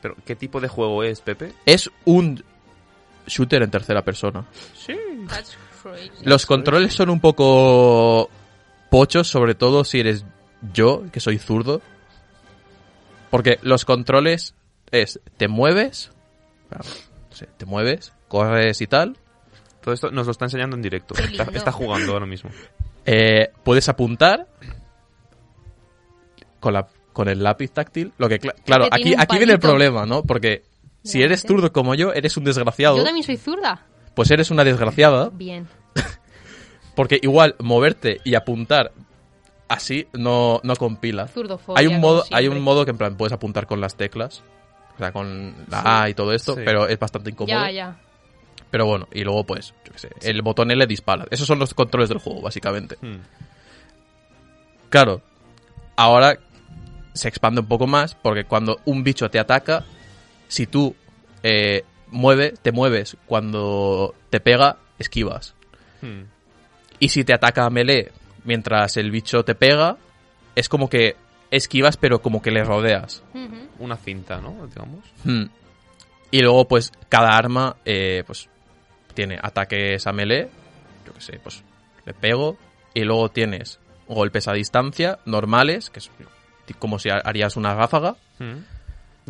C: Pero, ¿qué tipo de juego es, Pepe?
D: es un shooter en tercera persona.
E: That's crazy.
D: Los controles son un poco pochos, sobre todo si eres yo, que soy zurdo. Porque los controles es, te mueves, no sé, te mueves, corres y tal,
C: Todo esto nos lo está enseñando en directo.
E: Qué
C: Está,
E: lindo.
C: está jugando ahora mismo.
D: Eh, puedes apuntar con, la, con el lápiz táctil. Lo que, cla- claro,
E: Que tiene
D: aquí,
E: un
D: aquí viene el
E: palito.
D: problema, ¿no? Porque si eres
E: Realmente.
D: zurdo como yo, eres un
E: Yo
D: desgraciado,
E: también soy zurda.
D: pues eres una desgraciada.
E: Bien.
D: Porque igual moverte y apuntar así no, no compila.
E: Zurdofobia,
D: Hay un modo,
E: como
D: hay un
E: siempre.
D: modo que en plan puedes apuntar con las teclas. O sea, con la A y todo esto,
C: Sí.
D: pero es bastante incómodo.
E: Ya, ya.
D: Pero bueno, y luego pues, yo qué sé, el botón L dispara. Esos son los controles del juego, básicamente.
C: Hmm.
D: Claro, ahora se expande un poco más porque cuando un bicho te ataca, si tú eh, mueve, te mueves, cuando te pega, esquivas.
C: Hmm.
D: Y si te ataca a melee mientras el bicho te pega, es como que esquivas pero como que le rodeas.
E: Ujú.
C: Una cinta, ¿no? Digamos.
D: Hmm. Y luego pues cada arma eh, pues tiene ataques a melee, yo qué sé, pues le pego. Y luego tienes golpes a distancia, normales, que es como si harías una ráfaga.
C: Hmm.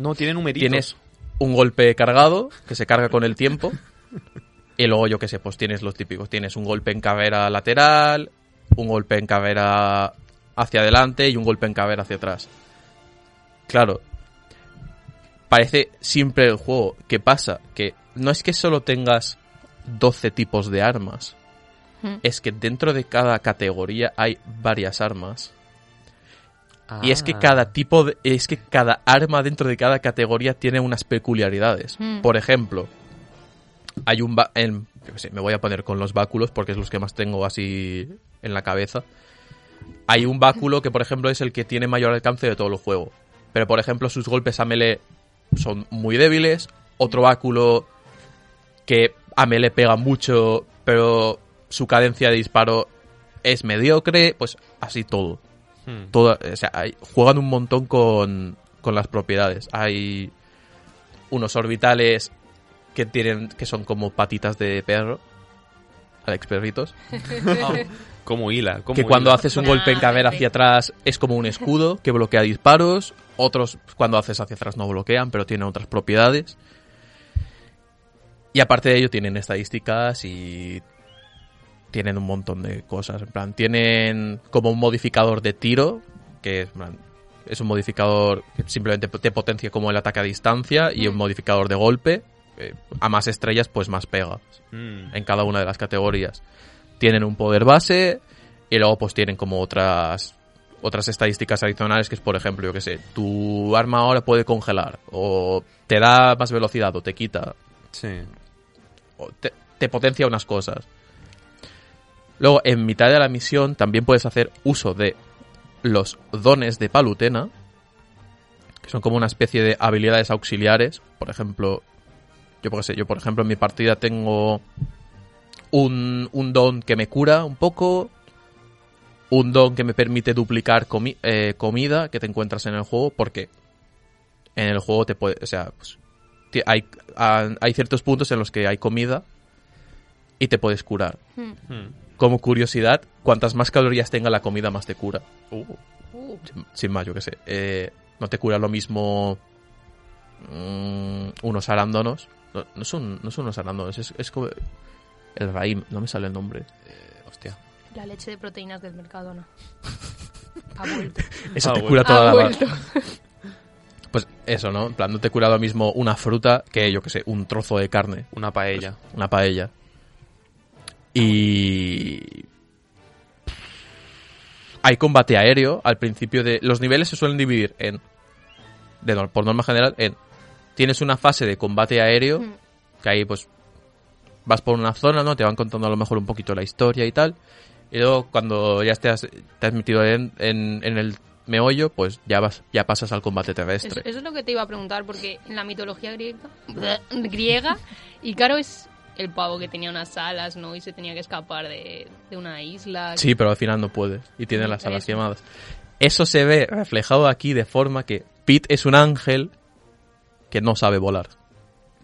C: No, tiene numeritos.
D: Tienes un golpe cargado, que se carga con el tiempo. Y luego, yo qué sé, pues tienes los típicos. Tienes un golpe en cadera lateral, un golpe en cadera hacia adelante y un golpe en cadera hacia atrás. Claro. Parece simple el juego. ¿Qué pasa? Que no es que solo tengas 12 tipos de armas.
E: Hmm.
D: Es que dentro de cada categoría hay varias armas. Y es que
C: Ah.
D: cada tipo de, es que cada arma dentro de cada categoría tiene unas peculiaridades.
E: Mm.
D: Por ejemplo, hay un ba- en- yo qué sé, me voy a poner con los báculos porque es los que más tengo así en la cabeza. Hay un báculo que por ejemplo es el que tiene mayor alcance de todo el juego, pero por ejemplo sus golpes a melee son muy débiles, otro báculo que a melee pega mucho, pero su cadencia de disparo es mediocre, pues así todo
C: Hmm.
D: toda- o sea, hay- juegan un montón con, con las propiedades. Hay unos orbitales que tienen que son como patitas de perro, Alex perritos,
C: Como hila. Como
D: que cuando
C: hila.
D: haces un
E: Nah,
D: golpe en cadera
E: hombre.
D: hacia atrás es como un escudo que bloquea disparos, otros cuando haces hacia atrás no bloquean, pero tienen otras propiedades. Y aparte de ello tienen estadísticas y tienen un montón de cosas. En plan, tienen como un modificador de tiro, que es, en plan, es un modificador que simplemente te potencia como el ataque a distancia y un modificador de golpe. Eh, a más estrellas, pues más pega
C: Hmm.
D: en cada una de las categorías. Tienen un poder base y luego pues tienen como otras otras estadísticas adicionales que es por ejemplo, yo que sé, tu arma ahora puede congelar o te da más velocidad o te quita
C: Sí.
D: o te, te potencia unas cosas. Luego en mitad de la misión también puedes hacer uso de los dones de Palutena que son como una especie de habilidades auxiliares, por ejemplo, yo por sé, yo por ejemplo en mi partida tengo un, un don que me cura un poco, un don que me permite duplicar comi- eh, comida que te encuentras en el juego, porque en el juego te puede, o sea, pues, ti- hay, ah, hay ciertos puntos en los que hay comida y te puedes curar.
C: Hmm.
D: Como curiosidad, cuantas más calorías tenga la comida, más te cura.
C: Uh,
E: Uh,
D: Sin, sin más, yo qué sé. Eh, no te cura lo mismo mm, unos arándanos. No, no son, no son unos arándanos, es, es como... El raím, no me sale el nombre.
C: Hostia.
E: La leche de proteínas del Mercadona.
D: Eso
C: Ah,
D: te
C: bueno.
D: cura toda
E: Ha
D: la...
E: vuelto.
D: Pues eso, ¿no? En plan, no te cura lo mismo una fruta que, yo qué sé, un trozo de carne,
C: Una paella.
D: una paella. Y... Hay combate aéreo al principio de... Los niveles se suelen dividir en... de nor- por norma general, en... Tienes una fase de combate aéreo,
E: Mm.
D: que ahí pues... Vas por una zona, ¿no? Te van contando a lo mejor un poquito la historia y tal. Y luego cuando ya te has, te has metido en, en- en el meollo, pues ya vas ya pasas al combate terrestre.
E: Eso, eso es lo que te iba a preguntar, porque en la mitología griega, griega Ícaro es el pavo que tenía unas alas, ¿no? Y se tenía que escapar de, de una isla.
D: Sí, pero al final no puede. Y tiene las alas
E: Eso.
D: quemadas. Eso se ve reflejado aquí de forma que Pete es un ángel que no sabe volar.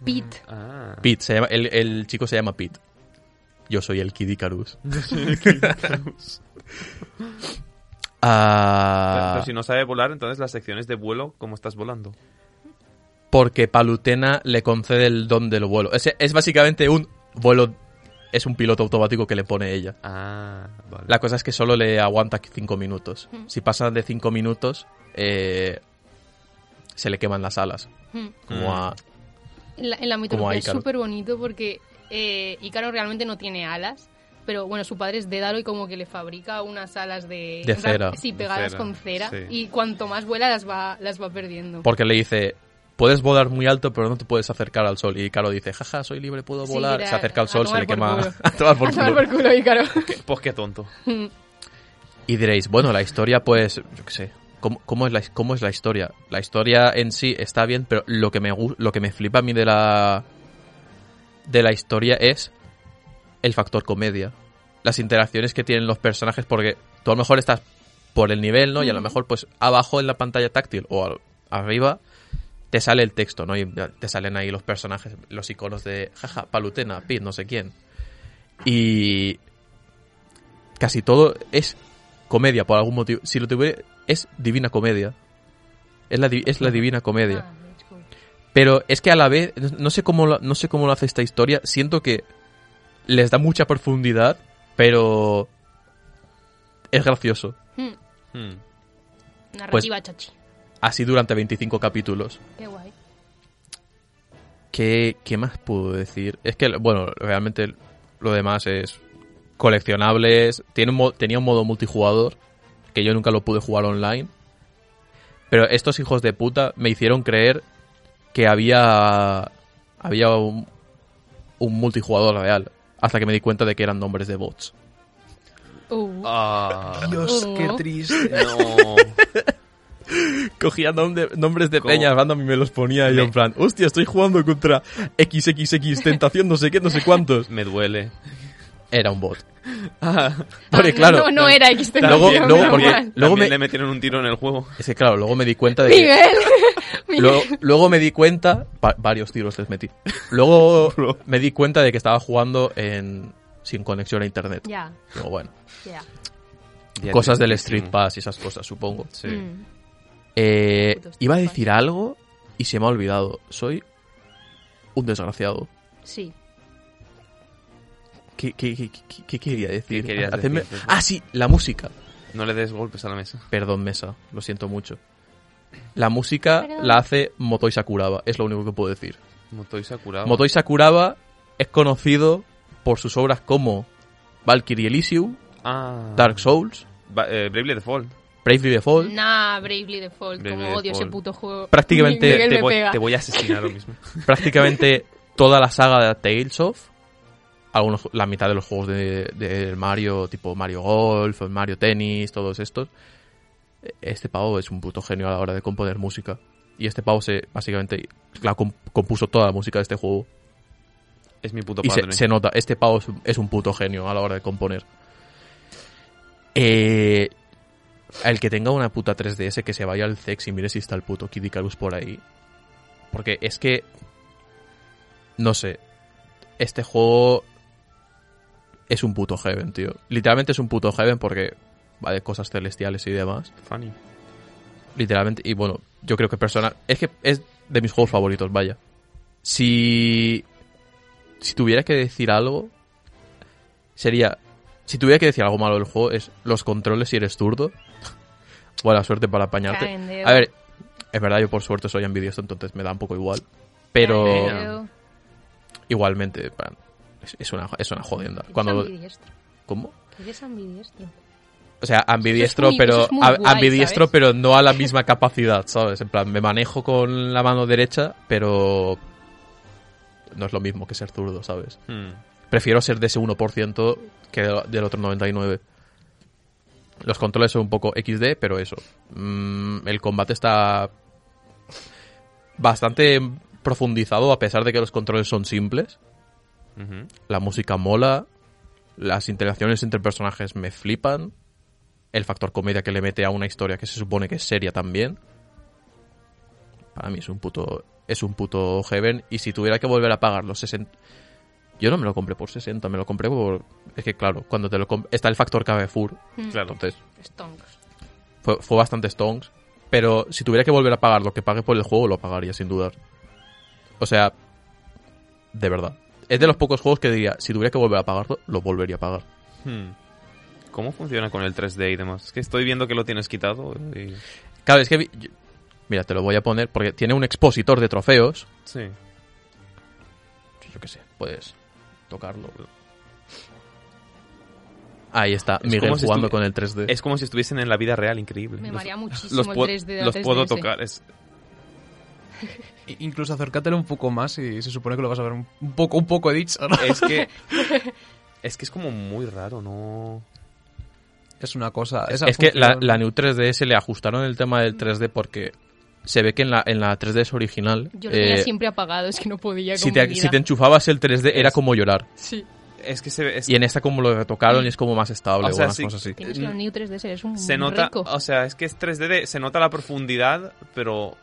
E: Pete.
C: Ah.
D: Pete, se llama- el, el chico se llama Pete. Yo soy el Kid Icarus.
C: Pero,
D: Ah,
C: pero si no sabe volar, entonces las secciones de vuelo, ¿cómo estás volando?
D: porque Palutena le concede el don del vuelo. Es, es básicamente un vuelo... Es un piloto automático que le pone ella.
C: Ah, vale.
D: La cosa es que solo le aguanta 5 minutos. Si pasan de 5 minutos, eh, se le queman las alas.
E: Mm.
D: Como a-
E: En la, en la mitología es
D: Ícaro.
E: súper bonito porque eh, Ícaro realmente no tiene alas, pero bueno, su padre es Dédalo y como que le fabrica unas alas de...
D: De cera.
E: Sí,
C: De
E: pegadas
C: cera,
E: con cera.
C: sí.
E: Y cuanto más vuela las va, las va perdiendo.
D: Porque le dice, puedes volar muy alto, pero no te puedes acercar al sol. Y Caro dice, jaja, soy libre, puedo
E: Sí,
D: volar.
E: era-
D: se acerca al
E: a
D: sol, se
E: tomar
D: le
E: por
D: quema
E: culo.
D: a tomar por
E: A tomar
D: culo.
E: por culo, Ícaro.
C: Qué- Pues qué tonto.
D: Y diréis, bueno, la historia, pues, yo qué sé. ¿Cómo, cómo es la, ¿Cómo es la historia? La historia en sí está bien, pero lo que me, gu- lo que me flipa a mí de la, de la historia es el factor comedia. Las interacciones que tienen los personajes, porque tú a lo mejor estás por el nivel, ¿no? Y a lo mejor, pues, abajo en la pantalla táctil o al- arriba te sale el texto, ¿no? Y te salen ahí los personajes, los iconos de, jaja, Palutena, Pit, no sé quién. Y casi todo es comedia, por algún motivo. Si lo tuviera, es divina comedia. Es la, di- es la divina comedia.
E: Ah, cool.
D: Pero es que a la vez, no sé cómo lo, no sé cómo lo hace esta historia, siento que les da mucha profundidad, pero es gracioso.
E: Mm.
C: Hmm.
D: Pues
E: Narrativa chachi.
D: Así durante 25 capítulos.
E: Qué guay.
D: ¿Qué, qué más puedo decir? Es que, bueno, realmente lo demás es coleccionables. Tiene un mo- tenía un modo multijugador, que yo nunca lo pude jugar online. Pero estos hijos de puta me hicieron creer que había, había un, un multijugador real. Hasta que me di cuenta de que eran nombres de bots.
E: Uh.
C: Ah,
F: Dios, qué
E: Oh.
F: triste.
C: no.
D: Cogía nombre- nombres de
C: ¿Cómo?
D: peñas random y me los ponía y yo en plan, hostia, estoy jugando contra XXX tentación, no sé qué, no sé cuántos.
C: Me duele.
D: Era un bot.
C: Ah,
D: Porque
E: Ah,
D: claro,
E: No, no era X
D: Luego-
E: tentación,
D: luego,
E: menos
D: porque-
E: mal.
D: Luego
C: también
D: me-
C: le metieron un tiro en el juego.
D: Es que claro, luego me di cuenta de que...
E: Miguel. Miguel.
D: Luego, luego me di cuenta... va- varios tiros les metí. Luego me di cuenta de que estaba jugando en sin conexión a internet.
E: Ya,
D: Digo, bueno,
E: ya.
D: cosas del Street Pass y esas cosas, supongo.
C: Sí.
E: Mm.
D: Eh,
E: Puto Street
D: iba a
E: Pass.
D: decir algo y se me ha olvidado. Soy un desgraciado.
E: Sí.
D: ¿Qué, qué- qué- qué- qué quería decir?
C: ¿Qué querías
D: Hacedme-
C: decir?
D: Ah, sí, la música.
C: No le des golpes a la mesa.
D: Perdón, mesa, lo siento mucho. La música
E: Perdón.
D: la hace Motoi Sakuraba, es lo único que puedo decir.
C: Motoi Sakuraba.
D: Motoi Sakuraba es conocido por sus obras como Valkyrie Elysium,
C: Ah.
D: Dark Souls,
C: Ba- eh, Bravely Default.
D: Bravely Default.
E: Nah, Bravely Default,
C: Bravely
E: como odio ese
C: Default.
E: puto juego.
D: Prácticamente
E: Miguel
C: te,
E: me
C: voy,
E: pega.
C: te voy a asesinar ahora mismo.
D: prácticamente toda la saga de Tales of, algunos, la mitad de los juegos de, de Mario, tipo Mario Golf, Mario Tennis, todos estos. Este pavo es un puto genio a la hora de componer música. Y este pavo se básicamente la comp- compuso toda la música de este juego.
C: Es mi puto
D: Y
C: padre.
D: se, se nota, este pavo es un, es un puto genio a la hora de componer. Eh, el que tenga una puta 3DS que se vaya al sex y mire si está el puto Kid Icarus por ahí. Porque es que No sé. Este juego es un puto heaven, tío. Literalmente es un puto heaven porque va de cosas celestiales y demás.
C: Funny.
D: Literalmente. Y bueno, yo creo que personal. Es que es de mis juegos favoritos, vaya. Si. Si tuviera que decir algo. Sería. Si tuviera que decir algo malo del juego, es los controles si eres zurdo. Buena suerte para apañarte.
E: Caen dedo.
D: A ver, es verdad, yo por suerte soy envidioso, entonces me da un poco igual. Pero
E: Pero...
D: igualmente, en plan, es, es una, es una jodienda.
E: Cuando...
D: Cuando, ¿Cómo?
E: Eres ambidiestro.
D: O sea, ambidiestro,
E: Eso es muy-
D: pero
E: eso es muy
D: a-
E: guay,
D: ambidiestro,
E: ¿sabes?
D: pero no a la misma capacidad, ¿sabes? En plan, me manejo con la mano derecha, pero no es lo mismo que ser zurdo, ¿sabes?
C: Hmm.
D: Prefiero ser de ese 1% que de- del otro 99. Los controles son un poco XD, pero eso. Mm, el combate está bastante profundizado a pesar de que los controles son simples.
C: Ujú.
D: La música mola. Las interacciones entre personajes me flipan. El factor comedia que le mete a una historia que se supone que es seria también. Para mí es un puto. Es un puto heaven. Y si tuviera que volver a pagar los 60. Yo no me lo compré por 60, me lo compré por. Es que claro, cuando te lo comp- Está el factor Carrefour.
C: Claro.
D: Entonces,
E: Stonks.
D: fue, fue bastante stonks. Pero si tuviera que volver a pagar lo que pague por el juego, lo pagaría sin dudar. O sea, de verdad. Es de los pocos juegos que diría, si tuviera que volver a pagarlo, lo volvería a pagar.
C: Hmm. ¿Cómo funciona con el 3D y demás? Es que estoy viendo que lo tienes quitado. eh, y-
D: Claro, es que... vi- yo- Mira, te lo voy a poner porque tiene un expositor de trofeos.
C: Sí.
D: Yo qué sé, puedes tocarlo. Ahí está,
C: Es
D: Miguel
C: como si
D: jugando
C: estuvi-
D: con el 3D.
C: Es como si estuviesen en la vida real, increíble.
E: Me
C: Los-
E: marea muchísimo
C: los,
E: el
C: puedo-
E: 3D de la
C: los puedo
E: 3DS.
C: tocar. Es,
F: I- Incluso acércatelo un poco más y se supone que lo vas a ver un, un poco, un poco he dicho. ¿no?
C: es que es que es como muy raro, no.
F: Es una cosa.
D: Es,
F: esa
D: es que la,
F: función-
D: la New 3DS le ajustaron el tema del 3D porque se ve que en la, en la 3DS original...
E: Yo lo tenía
D: eh,
E: siempre apagado, es que no podía con
D: si
E: mi
D: te,
E: vida.
D: si te enchufabas el 3D era como llorar.
E: Sí.
C: Es que se es-
D: Y en esta como lo retocaron y es como más estable
C: O sea,
D: o unas
C: sí.
D: cosas así.
E: Tienes la New 3DS, eres un
C: se nota,
E: rico.
C: o sea, es que es 3D, de- se nota la profundidad, pero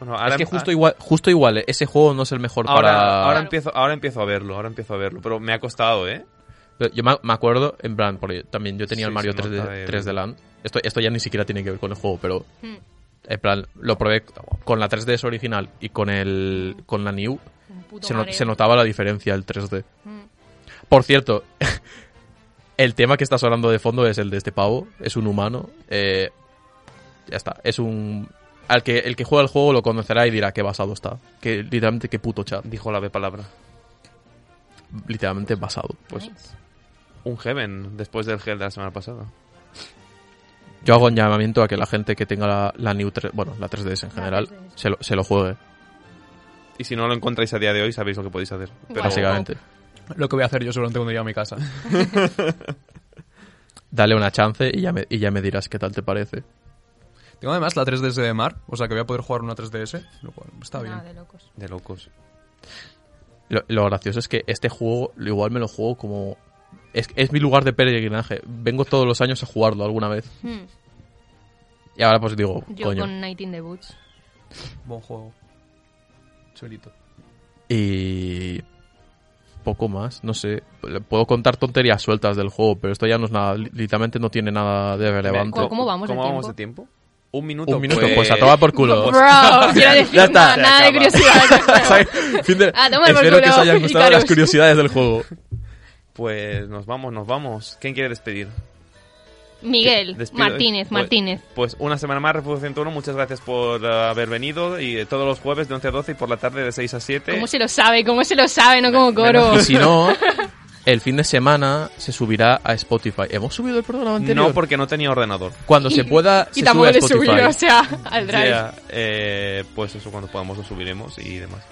C: bueno, ahora em, ah,
D: es que justo igual, justo igual, eh, ese juego no es el mejor
C: ahora,
D: para...
C: ahora empiezo ahora empiezo a verlo, ahora empiezo a verlo, pero me ha costado, ¿eh?
D: Yo me, me acuerdo, en plan, porque también yo tenía
C: Sí,
D: el Mario
C: se nota
D: 3D,
C: el-
D: 3D Land. Esto, esto ya ni siquiera tiene que ver con el juego, pero
E: Mm.
D: en plan, lo probé con la 3DS original y con el con la New.
E: Un puto
D: Se, no-
E: mareo.
D: se notaba la diferencia el 3D.
E: Mm.
D: Por cierto, el tema que está sonando de fondo es el de este pavo. Es un humano. eh, ya está. Es un. Al que, el que juega el juego lo conocerá y dirá qué basado está. Que literalmente qué puto chat.
C: Dijo la B palabra.
D: Literalmente basado. Pues
E: Nice.
C: Un heaven después del gel de la semana pasada.
D: yo hago un llamamiento a que la gente que tenga la, la New 3, bueno, la 3DS en
E: La
D: general,
E: 3DS.
D: se lo, se lo juegue,
C: Y si no lo encontráis a día de hoy, sabéis lo que podéis hacer. Pero
E: Guau.
D: básicamente.
F: Lo que voy a hacer yo seguramente cuando llegue a mi casa.
D: Dale una chance y ya, me, y ya me dirás qué tal te parece.
F: Tengo además la 3DS de Mar, o sea que voy a poder jugar una 3DS, lo cual está bien.
E: Nada de locos.
C: de locos.
D: Lo, lo gracioso es que este juego, lo igual me lo juego como. Es, es mi lugar de peregrinaje. Vengo todos los años a jugarlo alguna vez.
E: Mm.
D: Y ahora pues digo,
E: Yo
D: coño.
E: con 19 de Boots.
F: Buen juego. Chulito.
D: Y. Poco más, no sé. Le Puedo contar tonterías sueltas del juego, pero esto ya no es nada. li- Literalmente no tiene nada de relevante.
E: ¿Cómo- cómo vamos de
C: ¿Cómo vamos de tiempo? Un minuto.
D: Un minuto, pues a tomar por culo.
E: Bro, quiero decir
D: ya está.
E: nada, nada de
C: Se acaba.
E: curiosidad.
D: Fin de-
E: A tomar Ah, por
D: Espero que
E: culo,
D: os hayan gustado las
E: Icarus.
D: curiosidades del juego.
C: Pues nos vamos, nos vamos. ¿Quién quiere despedir?
E: Miguel,
C: Despido.
E: Martínez,
C: Pues-
E: Martínez.
C: Pues una semana más, Refugio 101. Muchas gracias por eh, haber venido. Y eh, todos los jueves de 11 a 12 y por la tarde de 6 a 7.
E: ¿Cómo se lo sabe? ¿Cómo se lo sabe? No como coro.
D: Y si no, el fin de semana se subirá a Spotify. ¿Hemos subido el programa anterior?
C: No, porque no tenía ordenador.
D: Cuando se pueda, se
E: Y
D: sube
E: tampoco
D: a
E: le
D: Spotify.
E: subir, o sea, al drive.
C: Ya, eh, pues eso, cuando podamos lo subiremos y demás.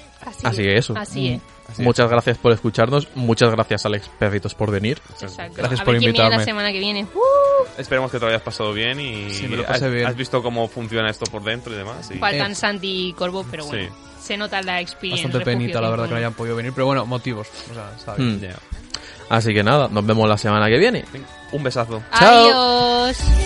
D: Así es, eso. Mm.
E: Así es.
C: Así es.
D: Muchas gracias por escucharnos. Muchas gracias, Alex Perritos, por Uh, venir.
E: Exacto.
F: Gracias
E: a
F: por
E: ver quién viene
F: invitarme.
E: la semana que viene.
C: Esperemos que te lo hayas pasado bien y
F: Sí, me lo
C: has,
F: pasé bien.
C: has visto cómo funciona esto por dentro y demás. y-
E: Faltan
F: Eh.
E: Santi y Corvo, pero bueno. Se nota la experiencia.
F: Bastante penita, la verdad, que no hayan podido venir, pero bueno, motivos. O sea, está bien.
D: Mm.
C: Ya.
D: Así que nada, nos vemos la semana que viene.
C: Un besazo.
D: Chao.
E: Adiós.